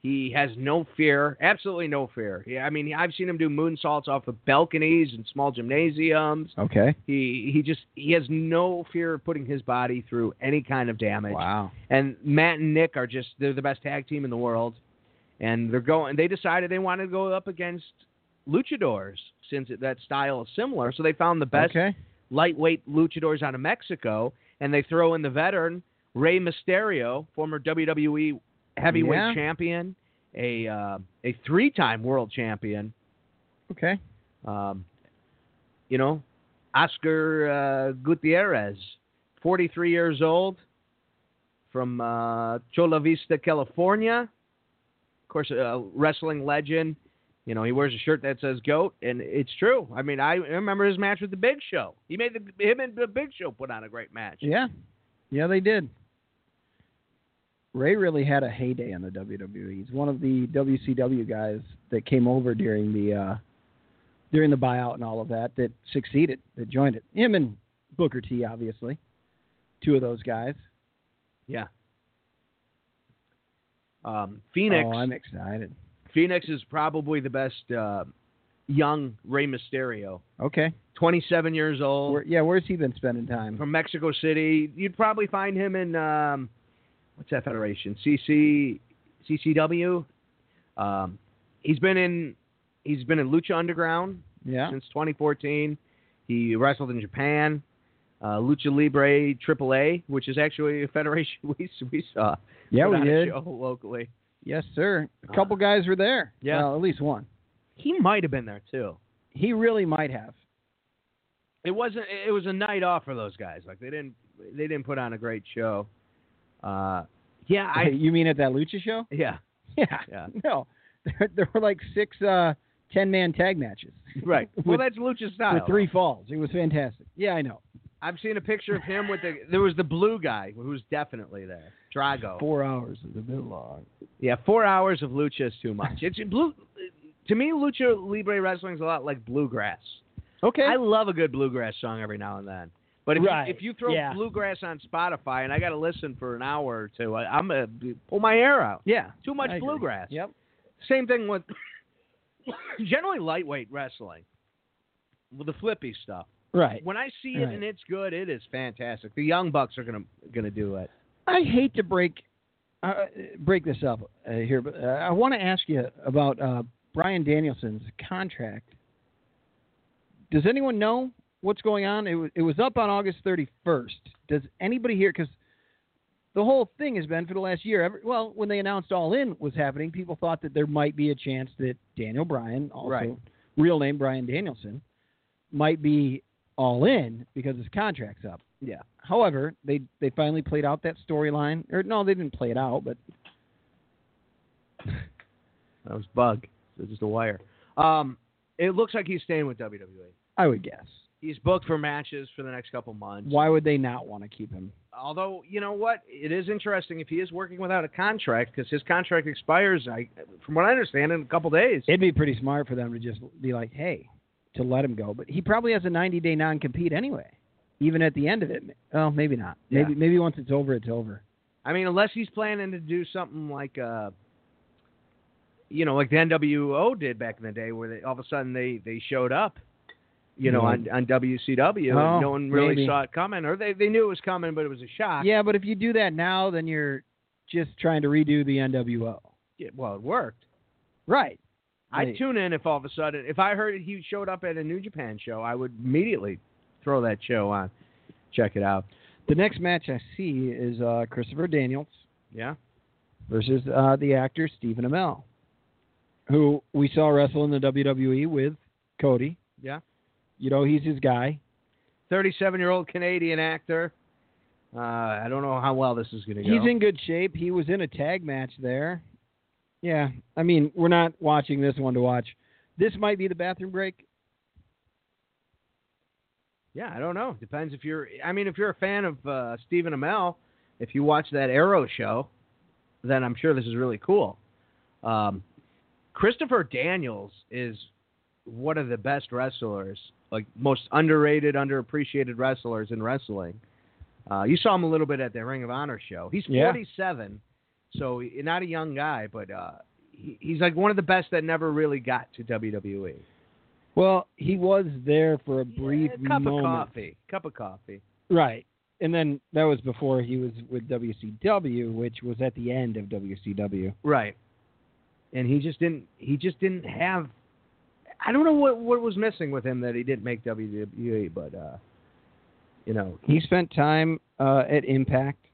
S2: He has no fear, absolutely no fear. Yeah, I mean, I've seen him do moonsaults off of balconies and small gymnasiums.
S3: Okay.
S2: He he just he has no fear of putting his body through any kind of damage.
S3: Wow.
S2: And Matt and Nick are just they're the best tag team in the world, and they're going. They decided they wanted to go up against luchadors since it, that style is similar. So they found the best
S3: Okay.
S2: lightweight luchadors out of Mexico, and they throw in the veteran Rey Mysterio, former WWE heavyweight
S3: Yeah.
S2: champion, a uh, a three time world champion.
S3: Okay.
S2: Um, you know, Oscar uh, Gutierrez, 43 years old, from uh, Chola Vista, California. Of course, a wrestling legend. You know, he wears a shirt that says "Goat," and it's true. I mean, I remember his match with the Big Show. He made the him and the Big Show put on a great match.
S3: Yeah. Yeah, they did. Ray really had a heyday in the WWE. He's one of the WCW guys that came over during the uh, during the buyout and all of that that succeeded, that joined it. Him and Booker T, obviously, two of those guys.
S2: Um, Phoenix,
S3: Oh, I'm excited.
S2: Phoenix is probably the best uh, young Rey Mysterio.
S3: Okay.
S2: 27 years old.
S3: Where, yeah, where's he been spending time?
S2: from Mexico City. You'd probably find him in um, what's that federation? CC CCW. Um, he's been in he's been in Lucha Underground
S3: Yeah.
S2: since 2014. He wrestled in Japan, uh, Lucha Libre AAA, which is actually a federation we we saw.
S3: Yeah,
S2: put
S3: we
S2: on a
S3: did.
S2: show locally.
S3: Yes, sir. A couple guys were there.
S2: Yeah.
S3: Well, at least one.
S2: He might have been there too.
S3: He really might have.
S2: it wasn't it was a night off for those guys like they didn't they didn't put on a great show uh Yeah, I
S3: you mean at that Lucha show?
S2: yeah
S3: Yeah.
S2: Yeah.
S3: No, there, there were like six uh, ten-man tag matches
S2: right.
S3: With-
S2: well, that's Lucha style.
S3: with three falls. It was fantastic. Yeah, I know.
S2: I've seen a picture of him with the. There was the blue guy who was definitely there. Drago.
S3: Four hours is a bit long.
S2: Yeah, four hours of lucha is too much. It's blue. To me, lucha libre wrestling is a lot like bluegrass.
S3: Okay.
S2: I love a good bluegrass song every now and then. But if,
S3: Right,
S2: you, if you throw
S3: yeah.
S2: bluegrass on Spotify and I got to listen for an hour or two, I, I'm gonna be- pull my hair out.
S3: yeah.
S2: Too much
S3: I agree.
S2: bluegrass.
S3: Yep.
S2: Same thing with generally lightweight wrestling with the flippy stuff.
S3: Right.
S2: When I see it
S3: Right.
S2: and it's good, it is fantastic. The young bucks are gonna gonna do it.
S3: I hate to break uh, break this up uh, here, but uh, I want to ask you about uh, Brian Danielson's contract. Does anyone know what's going on? It was, it was up on August 31st. Does anybody here? Because the whole thing has been for the last year. Every, well, when they announced All In was happening, people thought that there might be a chance that Daniel Bryan, also
S2: Right.
S3: real name Brian Danielson, might be All In because his contract's up.
S2: Yeah.
S3: However, they they finally played out that storyline, or no, they didn't play it out, but
S2: That was bug. It's just a wire. Um, it looks like he's staying with WWE.
S3: I would guess.
S2: He's booked for matches for the next couple months.
S3: Why would they not want to keep him?
S2: Although you know what, it is interesting if he is working without a contract because his contract expires, I, from what I understand, in a couple days.
S3: It'd be pretty smart for them to just be like, hey, to let him go. But he probably has a 90 day non compete anyway. Even at the end of it, well, maybe not. Maybe
S2: Yeah.
S3: maybe once it's over, it's over.
S2: I mean, unless he's planning to do something like, uh, you know, like the NWO did back in the day, where they, all of a sudden they they showed up, you know,
S3: Yeah.
S2: on on WCW,
S3: Mm-hmm. Oh,
S2: and no one really
S3: maybe.
S2: saw it coming, or they they knew it was coming, but it was a shock.
S3: Yeah, but if you do that now, then you're just trying to redo the NWO.
S2: Yeah, well, it worked.
S3: Right.
S2: I'd
S3: Right.
S2: tune in if all of a sudden, if I heard he showed up at a New Japan show, I would immediately throw that show on, check it out.
S3: The next match I see is uh, Christopher Daniels
S2: Yeah,
S3: versus uh, the actor Stephen Amell, who we saw wrestle in the WWE with Cody.
S2: Yeah.
S3: You know, he's his guy.
S2: thirty-seven-year-old Canadian actor. Uh, I don't know how well this is going to go.
S3: He's in good shape. He was in a tag match there. Yeah. I mean, we're not watching this one to watch. This might be the bathroom break.
S2: Yeah, I don't know. Depends if you're. I mean, if you're a fan of uh, Stephen Amell, if you watch that Arrow show, then I'm sure this is really cool. Um, Christopher Daniels is one of the best wrestlers, like most underrated, underappreciated wrestlers in wrestling. Uh, you saw him a little bit at the Ring of Honor show. He's
S3: Yeah.
S2: 47, so he- not a young guy, but uh, he, he's like one of the best that never really got to E. WWE.
S3: Well, he was there for a brief
S2: Yeah, cup
S3: moment.
S2: of coffee. Cup of coffee.
S3: Right. And then that was before he was with WCW, which was at the end of WCW.
S2: Right. And he just didn't. He just didn't have. I don't know what what was missing with him that he didn't make WWE, but uh, you know,
S3: He spent time uh, at Impact.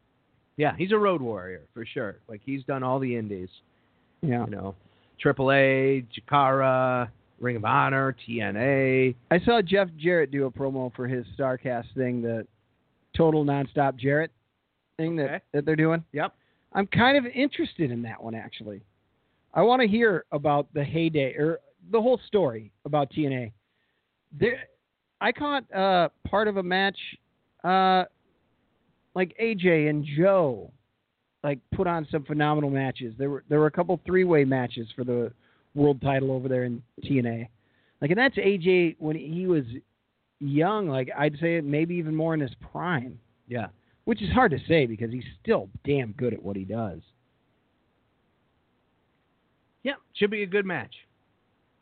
S2: yeah, he's a road warrior for sure. Like he's done all the indies,
S3: Yeah.
S2: you know, AAA, Jakara, Ring of Honor, TNA.
S3: I saw Jeff Jarrett do a promo for his Starcast thing, the total nonstop Jarrett thing that,
S2: Okay.
S3: that they're doing.
S2: Yep.
S3: I'm kind of interested in that one actually. I want to hear about the heyday or the whole story about TNA. There, I caught uh, part of a match, uh, like AJ and Joe, like put on some phenomenal matches. There were there were a couple three way matches for the world title over there in TNA. Like, and that's AJ when he was young. Like I'd say maybe even more in his prime
S2: Yeah.
S3: which is hard to say because he's still damn good at what he does.
S2: Yep. Should be a good match.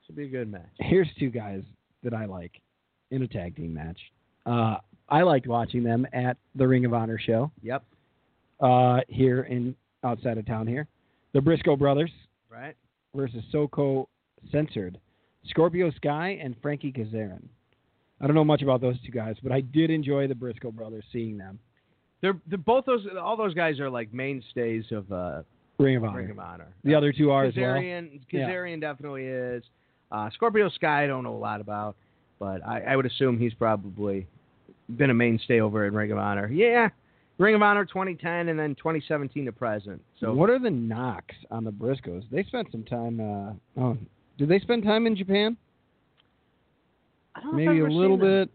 S2: Should be a good match.
S3: Here's two guys that I like in a tag team match. Uh, I liked watching them at the Ring of Honor show
S2: Yep.
S3: uh, here in outside of town here. The Briscoe brothers
S2: Right.
S3: versus Soko Censored, Scorpio Sky and Frankie Kazarian. I don't know much about those two guys, but I did enjoy the Briscoe brothers seeing them.
S2: They're they're both those. All those guys are like mainstays of uh,
S3: Ring of Honor.
S2: Ring of Honor.
S3: the other two are as well.
S2: Kazarian,
S3: Yeah.
S2: Kazarian definitely is. Uh, Scorpio Sky, I don't know a lot about, but I, I would assume he's probably been a mainstay over in Ring of Honor. Yeah, Ring of Honor 2010 and then 2017 to present. So
S3: what are the knocks on the Briscoes? They spent some time. Uh, oh, did they spend time in Japan?
S2: I don't know if I've
S3: Maybe a
S2: ever
S3: little
S2: seen them.
S3: bit.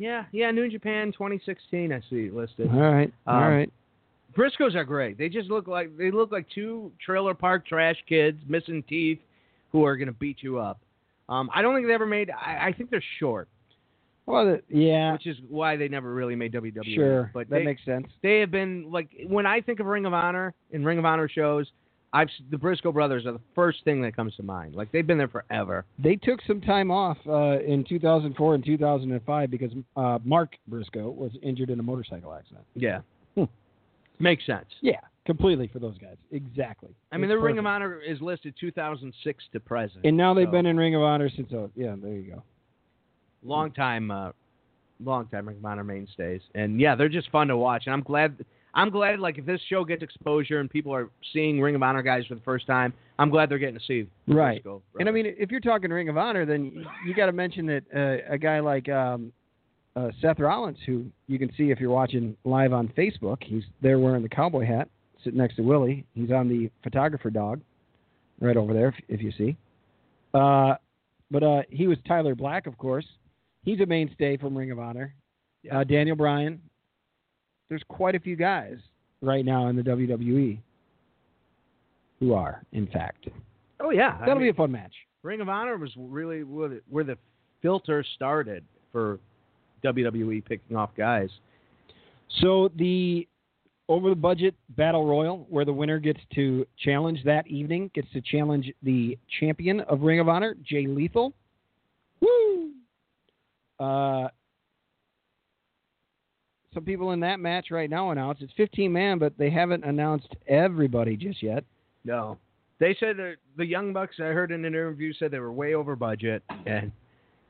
S2: Yeah, yeah. New Japan 2016. I see it listed.
S3: All right, all
S2: Um,
S3: right.
S2: Briscoes are great. They just look like they look like two trailer park trash kids, missing teeth, who are going to beat you up. Um, I don't think they ever made. I, I think they're short,
S3: Well, the, yeah,
S2: which is why they never really made WWE.
S3: sure.
S2: but
S3: that
S2: they,
S3: makes sense.
S2: they have been like when I think of Ring of Honor and Ring of Honor shows, I've s- the Briscoe brothers are the first thing that comes to mind. Like they've been there forever.
S3: They took some time off uh, in 2004 and 2005 because uh, Mark Briscoe was injured in a motorcycle accident.
S2: Yeah,
S3: Hmm.
S2: makes sense.
S3: Yeah, completely for those guys. Exactly.
S2: I mean,
S3: It's
S2: the Ring of
S3: perfect.
S2: Honor is listed 2006 to present.
S3: And now they've
S2: so-
S3: been in Ring of Honor since. Oh, yeah, there you go.
S2: long time, uh, long time Ring of Honor mainstays, and yeah, they're just fun to watch. And I'm glad, I'm glad. Like if this show gets exposure and people are seeing Ring of Honor guys for the first time, I'm glad they're getting to see. the
S3: Right.
S2: Briscoe
S3: And I
S2: brothers.
S3: mean, if you're talking Ring of Honor, then y- you got to mention that uh, a guy like um, uh, Seth Rollins, who you can see if you're watching live on Facebook, he's there wearing the cowboy hat, sitting next to Willie. He's on the photographer dog, right over there, if, if you see. Uh, but uh, he was Tyler Black, of course. He's a mainstay from Ring of Honor. Uh, Daniel Bryan. There's quite a few guys right now in the WWE who are, in fact.
S2: oh yeah, I
S3: That'll
S2: mean-
S3: be a fun match.
S2: Ring of Honor was really where the, where the filter started for WWE picking off guys.
S3: So the over the budget battle royal, where the winner gets to challenge that evening, gets to challenge the champion of Ring of Honor, Jay Lethal. Woo! Uh, some people in that match right now announced it's 15 man, but they haven't announced everybody just yet.
S2: No, they said that the Young Bucks. I heard in an interview said they were way over budget, and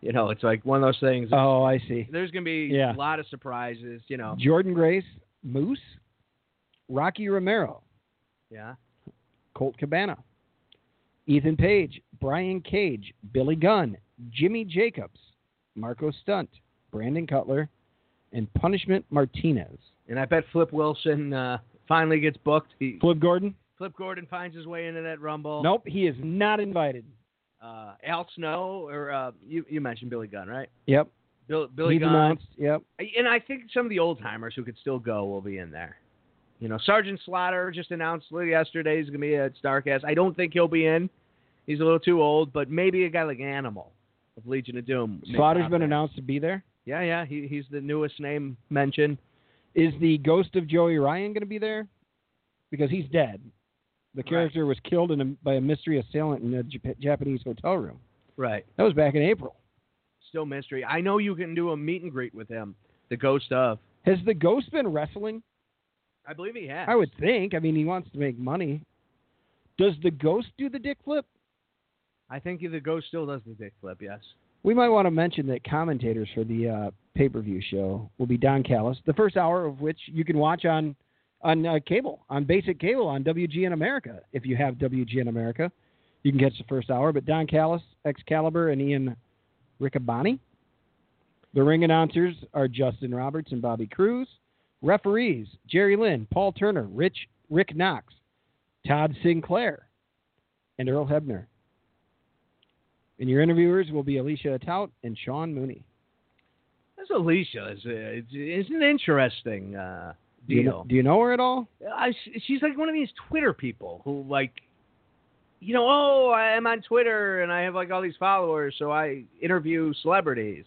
S2: you know it's like one of those things.
S3: Oh, I see.
S2: There's gonna be
S3: Yeah.
S2: a lot of surprises. You know,
S3: Jordan Grace, Moose, Rocky Romero,
S2: yeah.
S3: Colt Cabana, Ethan Page, Brian Cage, Billy Gunn, Jimmy Jacobs, Marco Stunt, Brandon Cutler, and Punishment Martinez.
S2: And I bet Flip Wilson uh, finally gets booked. He,
S3: Flip Gordon?
S2: Flip Gordon finds his way into that rumble.
S3: Nope, he is not invited.
S2: Uh, Al Snow or uh, you, you mentioned Billy Gunn, right?
S3: Yep.
S2: Bill, Billy
S3: he's
S2: Gunn.
S3: announced. Yep.
S2: And I think some of the old timers who could still go will be in there. You know, Sergeant Slaughter just announced yesterday he's going to be at Starcast. I don't think he'll be in. He's a little too old, but maybe a guy like Animal of Legion of Doom. may
S3: Slaughter's
S2: pop
S3: been
S2: in.
S3: announced to be there.
S2: Yeah, yeah. He, he's the newest name mentioned.
S3: Is the ghost of Joey Ryan going to be there? Because he's dead. The
S2: Right.
S3: character was killed in a, by a mystery assailant in a Jap- Japanese hotel room.
S2: Right.
S3: That was back in April.
S2: Still mystery. I know you can do a meet and greet with him, the ghost of.
S3: Has the ghost been wrestling?
S2: I believe he has.
S3: I would think. I mean, he wants to make money. Does the ghost do the dick flip?
S2: I think the ghost still does the dick flip, yes.
S3: We might want to mention that commentators for the uh, pay-per-view show will be Don Callis, the first hour of which you can watch on on uh, cable, on basic cable, on WGN America. If you have WGN America, you can catch the first hour. But Don Callis, Excalibur, and Ian Riccaboni. The ring announcers are Justin Roberts and Bobby Cruz. Referees Jerry Lynn, Paul Turner, Rich Rick Knox, Todd Sinclair, and Earl Hebner. And your interviewers will be Alicia Tout and Sean Mooney.
S2: That's Alicia. It's, a, it's, it's an interesting uh,
S3: Do
S2: deal.
S3: you, know, do you know her at all?
S2: I, she's like one of these Twitter people who like, you know, oh, I'm on Twitter and I have like all these followers, so I interview celebrities,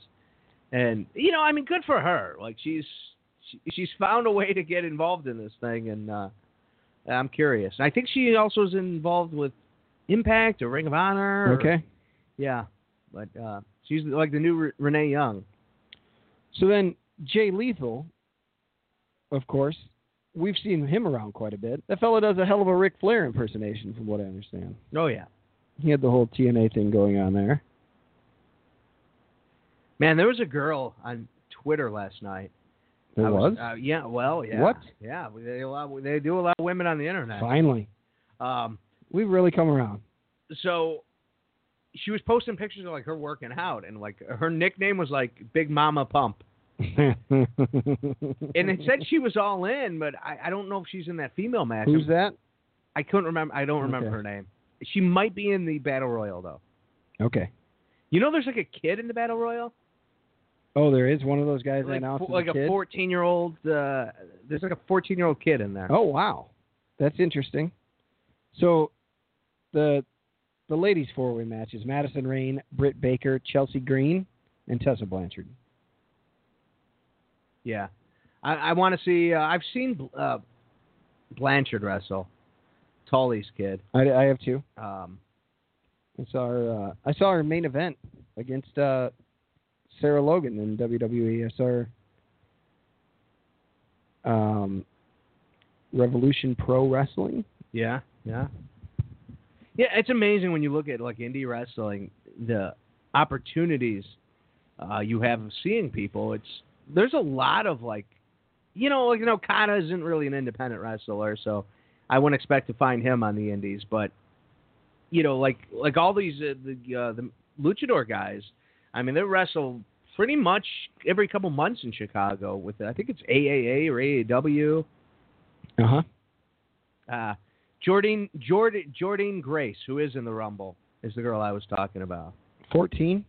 S2: and you know, I mean, good for her. Like she's she, she's found a way to get involved in this thing, and uh, I'm curious. I think she also is involved with Impact or Ring of Honor. or-
S3: Okay.
S2: yeah, but uh, she's like the new Re- Renee Young.
S3: So then Jay Lethal, of course, we've seen him around quite a bit. That fella does a hell of a Ric Flair impersonation, from what I understand.
S2: Oh yeah.
S3: He had the whole TNA thing going on there.
S2: Man, there was a girl on Twitter last night.
S3: There
S2: I
S3: was.
S2: uh, yeah. Well, yeah.
S3: What?
S2: Yeah, they allow, they do allow women on the internet.
S3: Finally,
S2: Um,
S3: we've really come around.
S2: so she was posting pictures of like her working out, and like her nickname was like Big Mama Pump. and it said she was all in, but I, I don't know if she's in that female match.
S3: Who's that?
S2: I couldn't remember. I don't remember
S3: Okay.
S2: her name. She might be in the battle royal though.
S3: Okay.
S2: You know, there's like a kid in the battle royal,
S3: Oh, there is one of those guys that
S2: like,
S3: announced
S2: fo- like
S3: as a
S2: a
S3: kid.
S2: 14 year old. Uh, there's like a 14 year old kid in there.
S3: Oh wow, that's interesting. So, the the ladies four way match is Madison Rain, Britt Baker, Chelsea Green, and Tessa Blanchard.
S2: Yeah, I, I want to see. Uh, I've seen uh, Blanchard wrestle, Tully's kid.
S3: I, I have two.
S2: Um,
S3: I saw her. Uh, I saw her main event against uh, Sarah Logan in WWE. I saw her. Um, Revolution Pro Wrestling.
S2: yeah, yeah, yeah. It's amazing when you look at like indie wrestling, the opportunities uh, you have of seeing people. It's there's a lot of like, you know, like you know, Kana isn't really an independent wrestler, so I wouldn't expect to find him on the indies. But you know, like like all these uh, the uh, the luchador guys. I mean, they wrestle pretty much every couple months in Chicago with I think it's AAA or AAW.
S3: Uh huh.
S2: Uh, Jordan Jordan Jordan Grace, who is in the Rumble, is the girl I was talking about.
S3: Fourteen.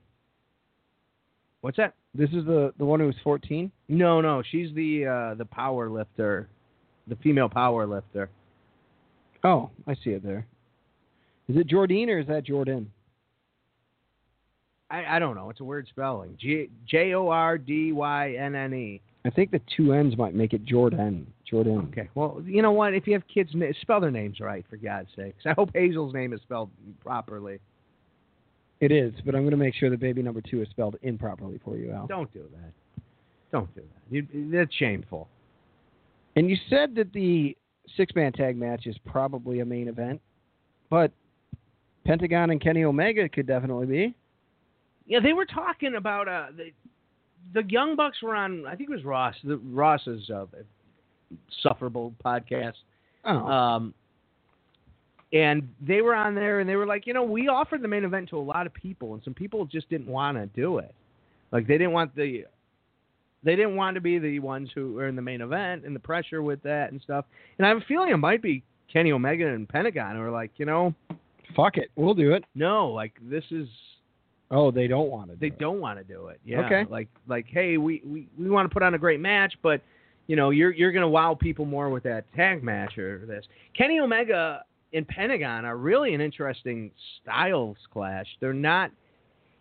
S2: What's that?
S3: This is the the one who was fourteen.
S2: No, no, she's the uh, the power lifter, the female power lifter.
S3: Oh, I see it there. Is it Jordine or is that Jordan?
S2: I, I don't know. It's a weird spelling. G J O R D Y N N E.
S3: I think the two N's might make it Jordan. Jordan.
S2: Okay. Well, you know what? If you have kids, na- spell their names right, for God's sakes. I hope Hazel's name is spelled properly.
S3: It is, but I'm going to make sure that baby number two is spelled improperly for you, Al.
S2: Don't do that. Don't do that. You, that's shameful.
S3: And you said that the six man tag match is probably a main event, but Pentagon and Kenny Omega could definitely be.
S2: Yeah, they were talking about uh, the the Young Bucks were on. I think it was Ross. The Ross's uh, sufferable podcast.
S3: Oh.
S2: Um, and they were on there, and they were like, you know, we offered the main event to a lot of people, and some people just didn't want to do it. Like they didn't want the they didn't want to be the ones who were in the main event and the pressure with that and stuff. And I have a feeling it might be Kenny Omega and Pentagon who are like, you know,
S3: Fuck it. We'll do it.
S2: no, like this is
S3: Oh, they don't want to.
S2: they
S3: do it.
S2: don't want to do it. Yeah.
S3: Okay.
S2: Like like hey, we, we, we want to put on a great match, but you know, you're you're gonna wow people more with that tag match or this. Kenny Omega and Pentagon are really an interesting styles clash. They're not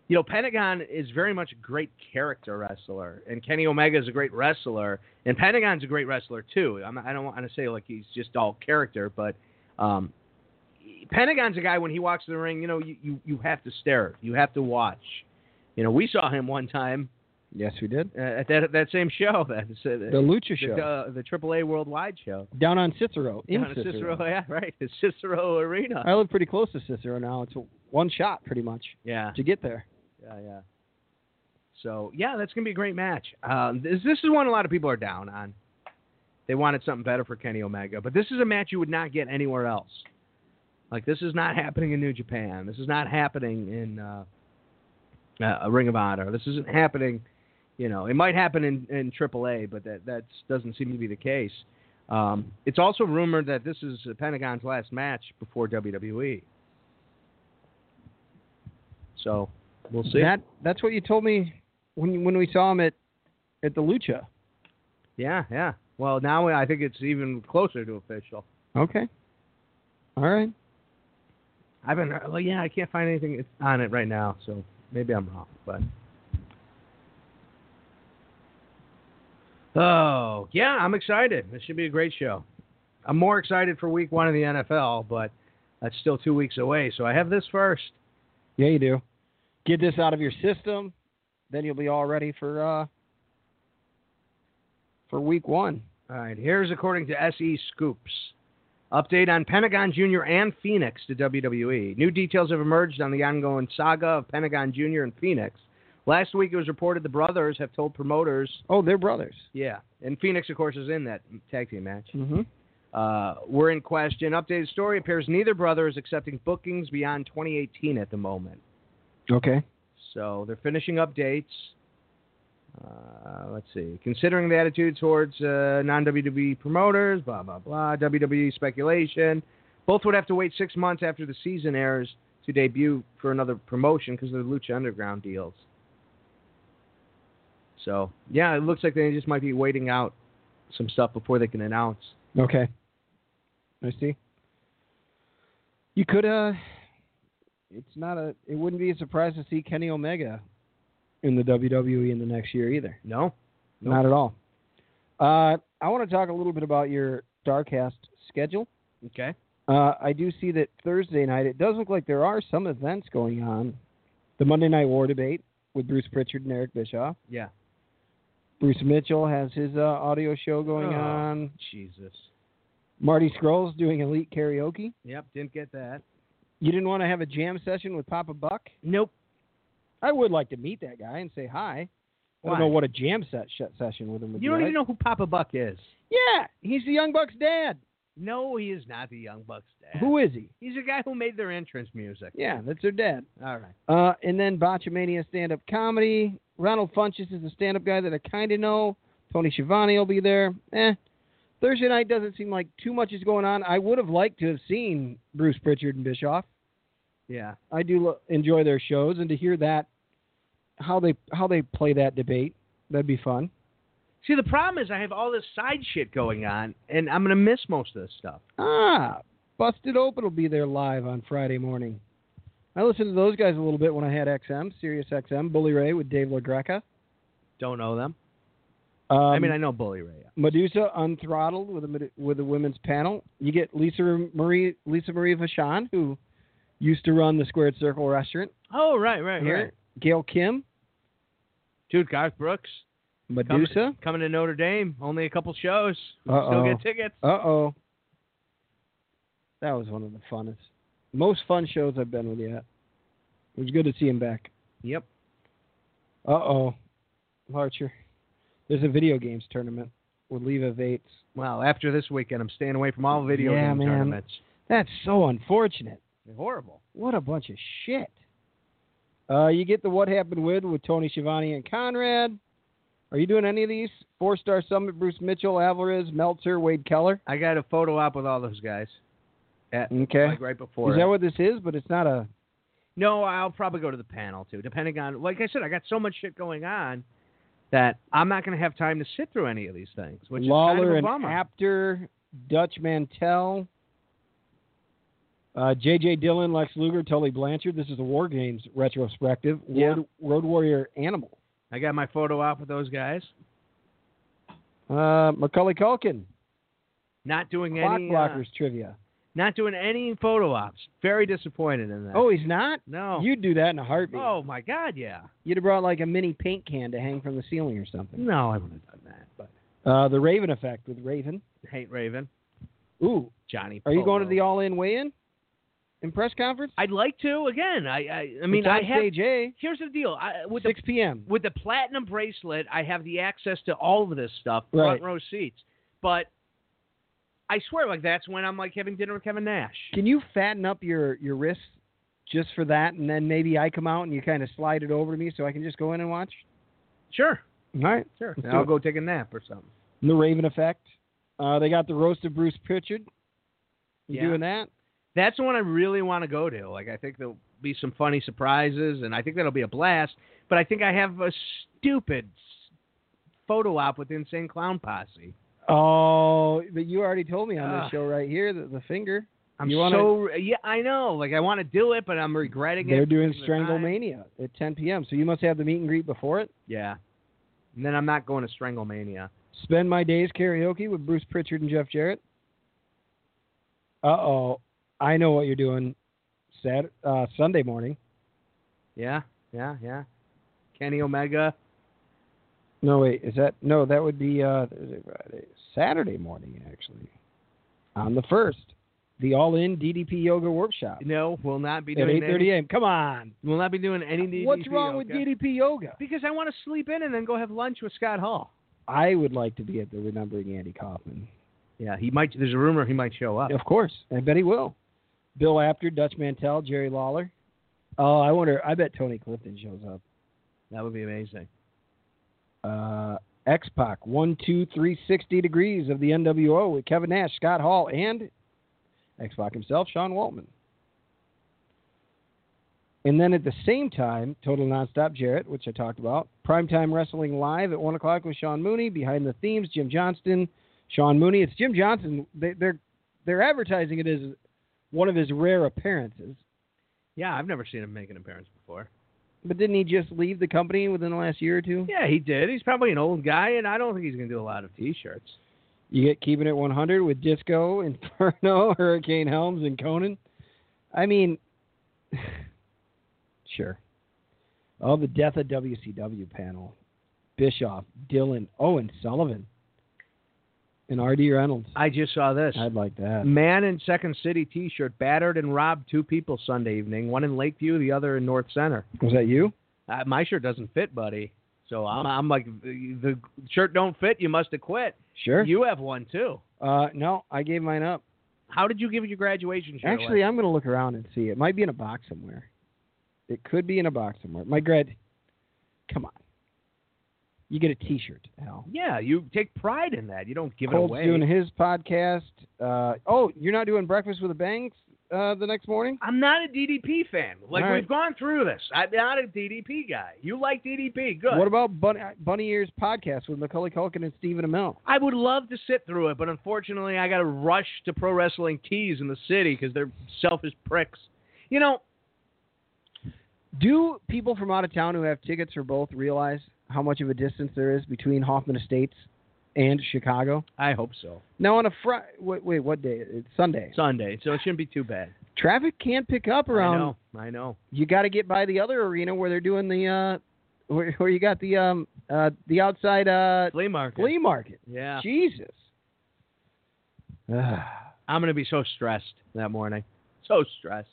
S2: you know, Pentagon is very much a great character wrestler, and Kenny Omega is a great wrestler, and Pentagon's a great wrestler too. I'm, I don't want to say like he's just all character, but um, Pentagon's a guy when he walks in the ring, you know, you, you, you have to stare, you have to watch. You know, we saw him one time
S3: Yes, we did.
S2: uh, at that that same show, that
S3: The Lucha Show.
S2: uh, the AAA Worldwide show.
S3: down on Cicero. In
S2: Down at Cicero, yeah, right, the Cicero Arena.
S3: I live pretty close to Cicero now. It's one shot, pretty much,
S2: Yeah,
S3: to get there.
S2: yeah, yeah. So yeah, that's gonna be a great match. Um, this this is one a lot of people are down on. They wanted something better for Kenny Omega, but this is a match you would not get anywhere else. Like this is not happening in New Japan. This is not happening in uh, uh, a Ring of Honor. This isn't happening. You know, it might happen in in AAA, but that that doesn't seem to be the case. Um, it's also rumored that this is Pentagon's last match before E. WWE. So we'll see.
S3: That that's what you told me when when we saw him at at the Lucha.
S2: Yeah, yeah. Well, now I think it's even closer to official.
S3: Okay. All right.
S2: I've been, uh, well, yeah, I can't find anything on it right now, so maybe I'm wrong, but. Oh, yeah, I'm excited. This should be a great show. I'm more excited for week one of the NFL, but that's still two weeks away, so I have this first.
S3: Yeah, you do. Get this out of your system, then you'll be all ready for uh for week one.
S2: All right, here's according to SE Scoops. Update on Pentagon Jr. and Phoenix to WWE. New details have emerged on the ongoing saga of Pentagon Jr. and Phoenix. Last week it was reported the brothers have told promoters,
S3: Oh, they're brothers.
S2: yeah, and Phoenix, of course, is in that tag team match,
S3: Mm-hmm.
S2: uh, were in question. Updated story appears neither brother is accepting bookings beyond 2018 at the moment.
S3: Okay.
S2: So they're finishing up dates. Uh, let's see. Considering the attitude towards uh, non WWE promoters, blah, blah, blah, WWE speculation. Both would have to wait six months after the season airs to debut for another promotion because of the Lucha Underground deals. So, yeah, it looks like they just might be waiting out some stuff before they can announce.
S3: Okay. I see. You could uh it's not a it wouldn't be a surprise to see Kenny Omega in the WWE in the next year either.
S2: No?
S3: Not at all. Uh I want to talk a little bit about your Starcast schedule.
S2: Okay.
S3: Uh, I do see that Thursday night, it does look like there are some events going on. The Monday Night War debate with Bruce Pritchard and Eric Bischoff.
S2: Yeah.
S3: Bruce Mitchell has his uh, audio show going
S2: Oh.
S3: on.
S2: Jesus.
S3: Marty Scrolls doing elite karaoke.
S2: Yep, didn't get that.
S3: You didn't want to have a jam session with Papa Buck?
S2: Nope.
S3: I would like to meet that guy and say hi. I
S2: Why?
S3: don't know what a jam set, set session with him would
S2: You
S3: be
S2: don't
S3: like.
S2: even know who Papa Buck is.
S3: Yeah, he's the Young Buck's dad.
S2: No, he is not the Young Bucks dad.
S3: Who is he?
S2: He's the guy who made their entrance music.
S3: Yeah, that's their dad.
S2: All right.
S3: Uh, and then Botchamania stand up comedy. Ronald Funches is a stand up guy that I kind of know. Tony Schiavone will be there. Eh. Thursday night doesn't seem like too much is going on. I would have liked to have seen Bruce Pritchard and Bischoff.
S2: Yeah.
S3: I do lo- enjoy their shows, and to hear that how they how they play that debate, that'd be fun.
S2: See, the problem is I have all this side shit going on, and I'm gonna miss most of this stuff.
S3: Ah, Busted Open will be there live on Friday morning. I listened to those guys a little bit when I had XM, Sirius XM, Bully Ray with Dave LaGreca.
S2: Don't know them.
S3: Um,
S2: I mean, I know Bully Ray.
S3: Medusa unthrottled with a Med- with a women's panel. You get Lisa Marie Lisa Marie Vachon, who used to run the Squared Circle restaurant
S2: Oh, right, right,
S3: here. Gail Kim,
S2: Dude, Garth Brooks coming,
S3: Medusa.
S2: coming to Notre Dame. Only a couple shows. We can
S3: Uh-oh.
S2: Still get tickets.
S3: Uh oh, that was one of the funnest, most fun shows I've been with yet. It was good to see him back.
S2: Yep.
S3: Uh oh, Larcher. There's a video games tournament with Leva Vates.
S2: Well, after this weekend, I'm staying away from all video
S3: Yeah,
S2: game
S3: man.
S2: tournaments.
S3: That's so unfortunate.
S2: They're horrible.
S3: What a bunch of shit. Uh, you get the What Happened With with Tony Schiavone and Conrad. Are you doing any of these? Four Star Summit, Bruce Mitchell, Alvarez, Meltzer, Wade Keller.
S2: I got a photo op with all those guys. At,
S3: Okay.
S2: Like right before.
S3: Is
S2: it.
S3: that what this is? But it's not a.
S2: No, I'll probably go to the panel too, depending on. Like I said, I got so much shit going on that I'm not going to have time to sit through any of these things, which is
S3: Lawler
S2: kind of a
S3: and
S2: bummer.
S3: Apter, Dutch Mantell, uh, J.J. Dillon, Lex Luger, Tully Blanchard. This is a War Games retrospective.
S2: Yeah.
S3: Road, Road Warrior Animal.
S2: I got my photo op with those guys.
S3: Uh, Macaulay Culkin,
S2: Not doing
S3: Clock
S2: any. uh,
S3: Blockers trivia.
S2: not doing any photo ops. Very disappointed in that.
S3: Oh, he's not?
S2: no.
S3: You'd do that in a heartbeat.
S2: oh my God, yeah.
S3: You'd have brought like a mini paint can to hang from the ceiling or something.
S2: No, I wouldn't have done that. But
S3: Uh, the Raven Effect with Raven.
S2: hate Raven,
S3: Ooh,
S2: Johnny.
S3: are you
S2: Polo.
S3: going to the All In Weigh In and press conference?
S2: I'd like to again. I I, I mean
S3: It's on
S2: I have.
S3: stage A,
S2: Here's the deal. I, with the
S3: 6 p.m.
S2: with the platinum bracelet, I have the access to all of this stuff,
S3: Right.
S2: front row seats. But I swear, like that's when I'm like having dinner with Kevin Nash.
S3: Can you fatten up your your wrists just for that, and then maybe I come out and you kind of slide it over to me so I can just go in and watch?
S2: Sure,
S3: All right.
S2: sure.
S3: Let's do
S2: I'll
S3: it.
S2: go take a nap or something.
S3: The Raven Effect. Uh, they got the roast of Bruce Pritchard. You
S2: Yeah.
S3: doing that?
S2: That's the one I really want to go to. Like I think there'll be some funny surprises, and I think that'll be a blast. But I think I have a stupid s- photo op with Insane Clown Posse.
S3: Oh, but you already told me on this
S2: Ugh.
S3: show right here that the finger.
S2: I'm
S3: You wanna-
S2: so yeah, I know. Like I want to do it, but I'm regretting it.
S3: They're doing
S2: because of the time.
S3: Stranglemania at 10 p.m. So you must have the meet and greet before it.
S2: Yeah, and then I'm not going to Stranglemania.
S3: Spend My Days karaoke with Bruce Pritchard and Jeff Jarrett. Uh oh, I know what you're doing. Sat uh, Sunday morning.
S2: Yeah, yeah, yeah. Kenny Omega.
S3: No wait, is that no? That would be uh, Thursday, Friday, Saturday morning actually. On the first, the All In DDP Yoga Workshop
S2: No, will not be
S3: at
S2: doing
S3: 8:30
S2: any.
S3: a.m. Come on,
S2: Will not be doing any. DDP
S3: what's wrong with
S2: yoga.
S3: DDP Yoga?
S2: Because I want to sleep in and then go have lunch with Scott Hall.
S3: I would like to be at the Remembering Andy Kaufman.
S2: Yeah, he might. There's a rumor he might show up.
S3: Of course. I bet he will. Bill Apter, Dutch Mantel, Jerry Lawler. Oh, I wonder. I bet Tony Clifton shows up.
S2: That would be amazing.
S3: Uh, X Pac, 1, 2, 360 degrees of the NWO with Kevin Nash, Scott Hall, and X Pac himself, Sean Waltman. And then at the same time, Total Nonstop Jarrett, which I talked about, Primetime Wrestling Live at 1 o'clock with Sean Mooney, Behind the Themes, Jim Johnston, Sean Mooney. It's Jim Johnston. They, they're, they're advertising it as one of his rare appearances.
S2: Yeah, I've never seen him make an appearance before.
S3: But didn't he just leave the company within the last year or two?
S2: Yeah, he did. He's probably an old guy, and I don't think he's going to do a lot of T-shirts.
S3: You get Keeping It 100 with Disco, Inferno, Hurricane Helms, and Conan. I mean, sure. Oh, the death of WCW panel. Bischoff, Dylan, Owen Sullivan, and R.D. Reynolds.
S2: I just saw this.
S3: I'd like that.
S2: Man in Second City T-shirt battered and robbed two people Sunday evening. One in Lakeview, the other in North Center.
S3: Was that you?
S2: Uh, my shirt doesn't fit, buddy. So I'm, I'm like, the shirt don't fit. You must have quit.
S3: Sure.
S2: You have one too.
S3: Uh, no, I gave mine up.
S2: How did you give your graduation shirt?
S3: Actually,
S2: away?
S3: I'm going to look around and see. It might be in a box somewhere. It could be in a box somewhere. My grad, come on. You get a T-shirt, Al.
S2: yeah, you take pride in that. You don't give
S3: Cold's
S2: it away.
S3: doing his podcast. Uh, oh, you're not doing breakfast with the Bangs uh, the next morning?
S2: I'm not a DDP fan. Like
S3: All right.
S2: we've gone through this. I'm not a DDP guy. You like DDP, good.
S3: What about Bunny, Bunny Ears podcast with Macaulay Culkin and Stephen Amell?
S2: I would love to sit through it, but unfortunately, I got to rush to pro wrestling tees in the city because they're selfish pricks. You know,
S3: Do people from out of town who have tickets for both realize how much of a distance there is between Hoffman Estates and Chicago?
S2: I hope so.
S3: Now on a Friday, wait, wait, what day? It's Sunday.
S2: Sunday, so it shouldn't be too bad.
S3: Traffic can pick up around.
S2: I know. I know.
S3: You got to get by the other arena where they're doing the, uh, where, where you got the um uh the outside uh
S2: Flea market.
S3: flea market.
S2: Yeah.
S3: Jesus. Ah,
S2: I'm gonna be so stressed that morning. So stressed.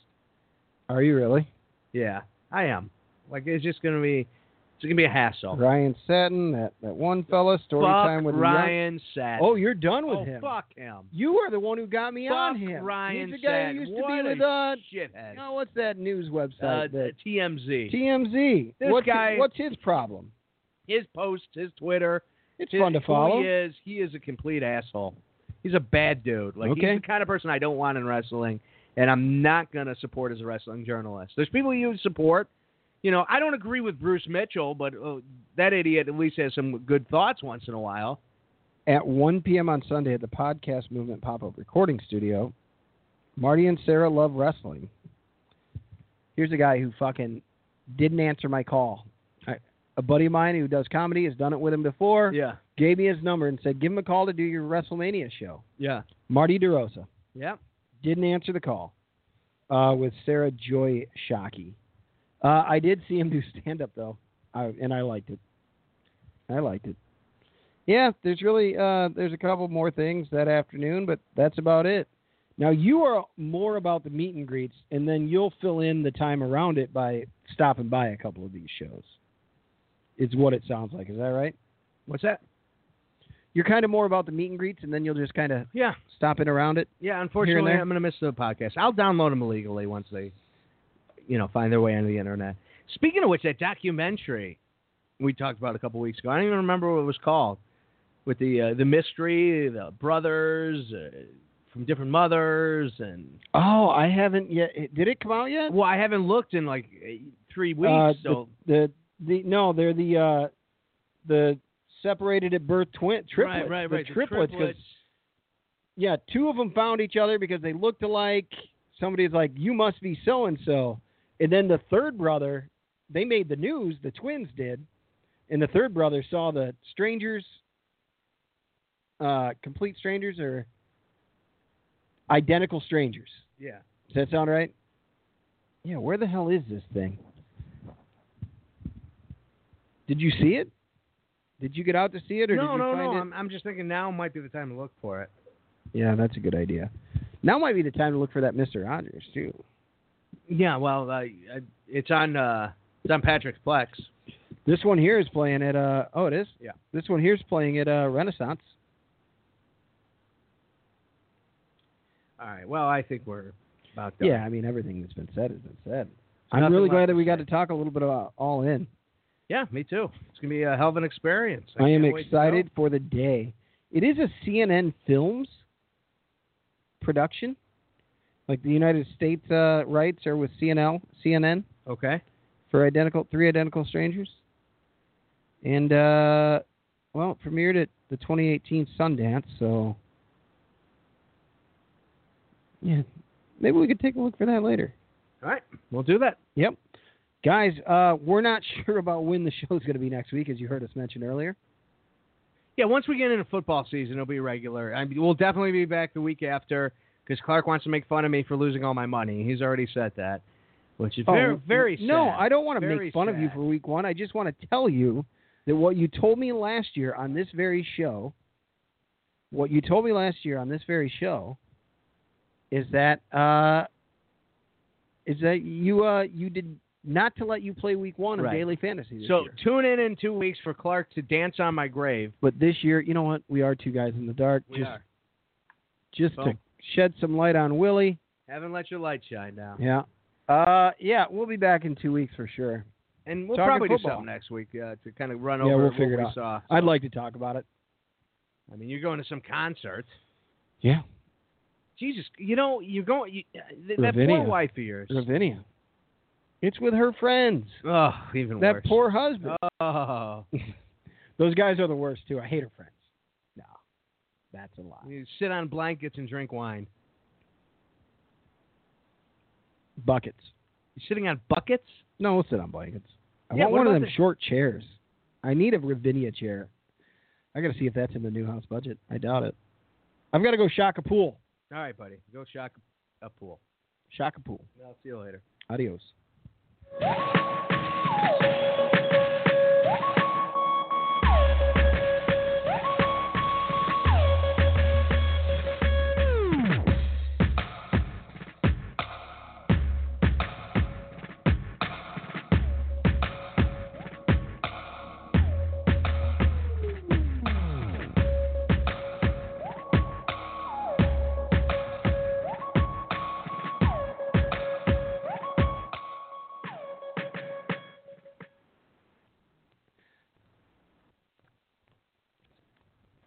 S3: Are you really?
S2: Yeah, I am. Like it's just gonna be, it's gonna be a hassle.
S3: Ryan Satin, that, that one fella, story
S2: fuck
S3: time with
S2: Ryan
S3: Young-
S2: Satin.
S3: Oh, you're done with
S2: Oh,
S3: him.
S2: fuck him.
S3: You are the one who got me
S2: fuck
S3: on him.
S2: Ryan
S3: He's the guy
S2: Satin.
S3: who used
S2: What
S3: to be
S2: a
S3: with uh,
S2: shithead.
S3: oh, what's that news
S2: Uh,
S3: website? that,
S2: TMZ.
S3: TMZ.
S2: This
S3: what's,
S2: guy-
S3: what's his problem?
S2: his posts, his Twitter.
S3: It's
S2: his-
S3: fun to
S2: who
S3: follow.
S2: He is. He is a complete asshole. He's a bad dude. Like
S3: Okay.
S2: he's the kind of person I don't want in wrestling, and I'm not gonna support as a wrestling journalist. There's people you support. You know, I don't agree with Bruce Mitchell, but uh, that idiot at least has some good thoughts once in a while.
S3: At 1 p.m. on Sunday at the Podcast Movement pop up recording studio, Marty and Sarah love wrestling. Here's a guy who fucking didn't answer my call. I, a buddy of mine who does comedy has done it with him before.
S2: Yeah.
S3: Gave me his number and said, give him a call to do your WrestleMania show.
S2: Yeah.
S3: Marty DeRosa.
S2: Yep.
S3: didn't answer the call uh, with Sarah Joy Shockey. Uh, I did see him do stand up though, I, and I liked it. I liked it. Yeah, there's really uh, there's a couple more things that afternoon, but that's about it. Now you are more about the meet and greets, and then you'll fill in the time around it by stopping by a couple of these shows. Is what it sounds like. Is that right?
S2: What's that?
S3: You're kind of more about the meet and greets, and then you'll just kind of
S2: Yeah.
S3: stop in around it.
S2: Yeah. Unfortunately,
S3: there.
S2: I'm gonna miss the podcast. I'll download them illegally once they, you know, find their way onto the internet. Speaking of which, that documentary we talked about a couple weeks ago. I don't even remember what it was called. With the uh, the mystery, the brothers uh, from different mothers, and
S3: Oh, I haven't yet. Did it come out yet?
S2: well, I haven't looked in like eh, three weeks.
S3: Uh,
S2: so
S3: the the no, they're the uh, the separated at birth twin triplets.
S2: right, right,
S3: the
S2: right, the
S3: triplets, 'cause-
S2: triplets.
S3: yeah, two of them found each other because they looked alike. Somebody's like, "You must be so and so," and then the third brother, they made the news. The twins did, and the third brother saw the strangers, uh, complete strangers or identical strangers.
S2: Yeah.
S3: Does that sound right? Yeah, where the hell is this thing? Did you see it? Did you get out to see it or did
S2: No,
S3: you
S2: no,
S3: find
S2: no.
S3: it?
S2: I'm, I'm just thinking now might be the time to look for it.
S3: Yeah, that's a good idea. Now might be the time to look for that Mr. Rogers too.
S2: Yeah. Well, uh, it's on uh, it's on Patrick's Plex.
S3: This one here is playing at uh oh it is?
S2: Yeah.
S3: This one here is playing at uh Renaissance.
S2: All right. Well, I think we're about done.
S3: Yeah, I mean everything that's been said has been said.
S2: Nothing
S3: I'm really
S2: left
S3: glad
S2: to
S3: that we got
S2: say.
S3: to talk a little bit about all in.
S2: Yeah, me too. It's gonna be a hell of an experience.
S3: I am
S2: can't wait to go.
S3: excited for the day. It is a CNN Films production. Like the United States uh, rights are with CNL, CNN
S2: Okay.
S3: for identical three identical strangers. And uh, well, it premiered at the 2018 Sundance, so yeah, maybe we could take a look for that later.
S2: All right, we'll do that.
S3: Yep. Guys, uh, we're not sure about when the show's going to be next week, as you heard us mention earlier.
S2: Yeah, once we get into football season, it'll be regular. I mean, we'll definitely be back the week after because Clark wants to make fun of me for losing all my money. He's already said that, which is very,
S3: Oh,
S2: very sad.
S3: No, I don't want to
S2: Very
S3: make fun of you
S2: sad.
S3: for week one. I just want to tell you that what you told me last year on this very show, what you told me last year on this very show, is that uh, is that you uh, you did not to let you play week one
S2: Right.
S3: of daily fantasy. This
S2: So
S3: year.
S2: tune in in two weeks for Clark to dance on my grave.
S3: but this year, you know what? We are two guys in the dark.
S2: We
S3: just
S2: are.
S3: just to
S2: Boom.
S3: shed some light on Willie.
S2: Haven't let your light shine now.
S3: Yeah. Uh, yeah, we'll be back in two weeks for sure.
S2: And we'll
S3: Talking
S2: probably
S3: football.
S2: do something next week uh, to kind of run
S3: Yeah,
S2: over
S3: we'll
S2: what
S3: figure it
S2: we
S3: out.
S2: saw.
S3: I'd like to talk about it.
S2: I mean, you're going to some concert.
S3: Yeah.
S2: Jesus, you know, you're going. You, uh, th- that
S3: Lavinia.
S2: poor wife of yours.
S3: Lavinia. It's with her friends.
S2: Oh, even
S3: That
S2: worse.
S3: poor husband.
S2: Oh,
S3: Those guys are the worst too. I hate her friends. No, that's a lie.
S2: you sit on blankets and drink wine.
S3: Buckets.
S2: You're sitting on buckets.
S3: No, we'll sit on blankets. I
S2: Yeah,
S3: want
S2: what
S3: one of
S2: about
S3: them
S2: the-
S3: short chairs. I need a Ravinia chair. I got to see if that's in the new house budget. I doubt it. I've got to go shock a pool.
S2: All right, buddy, go shock a pool.
S3: Shock a pool.
S2: I'll see you later.
S3: Adios.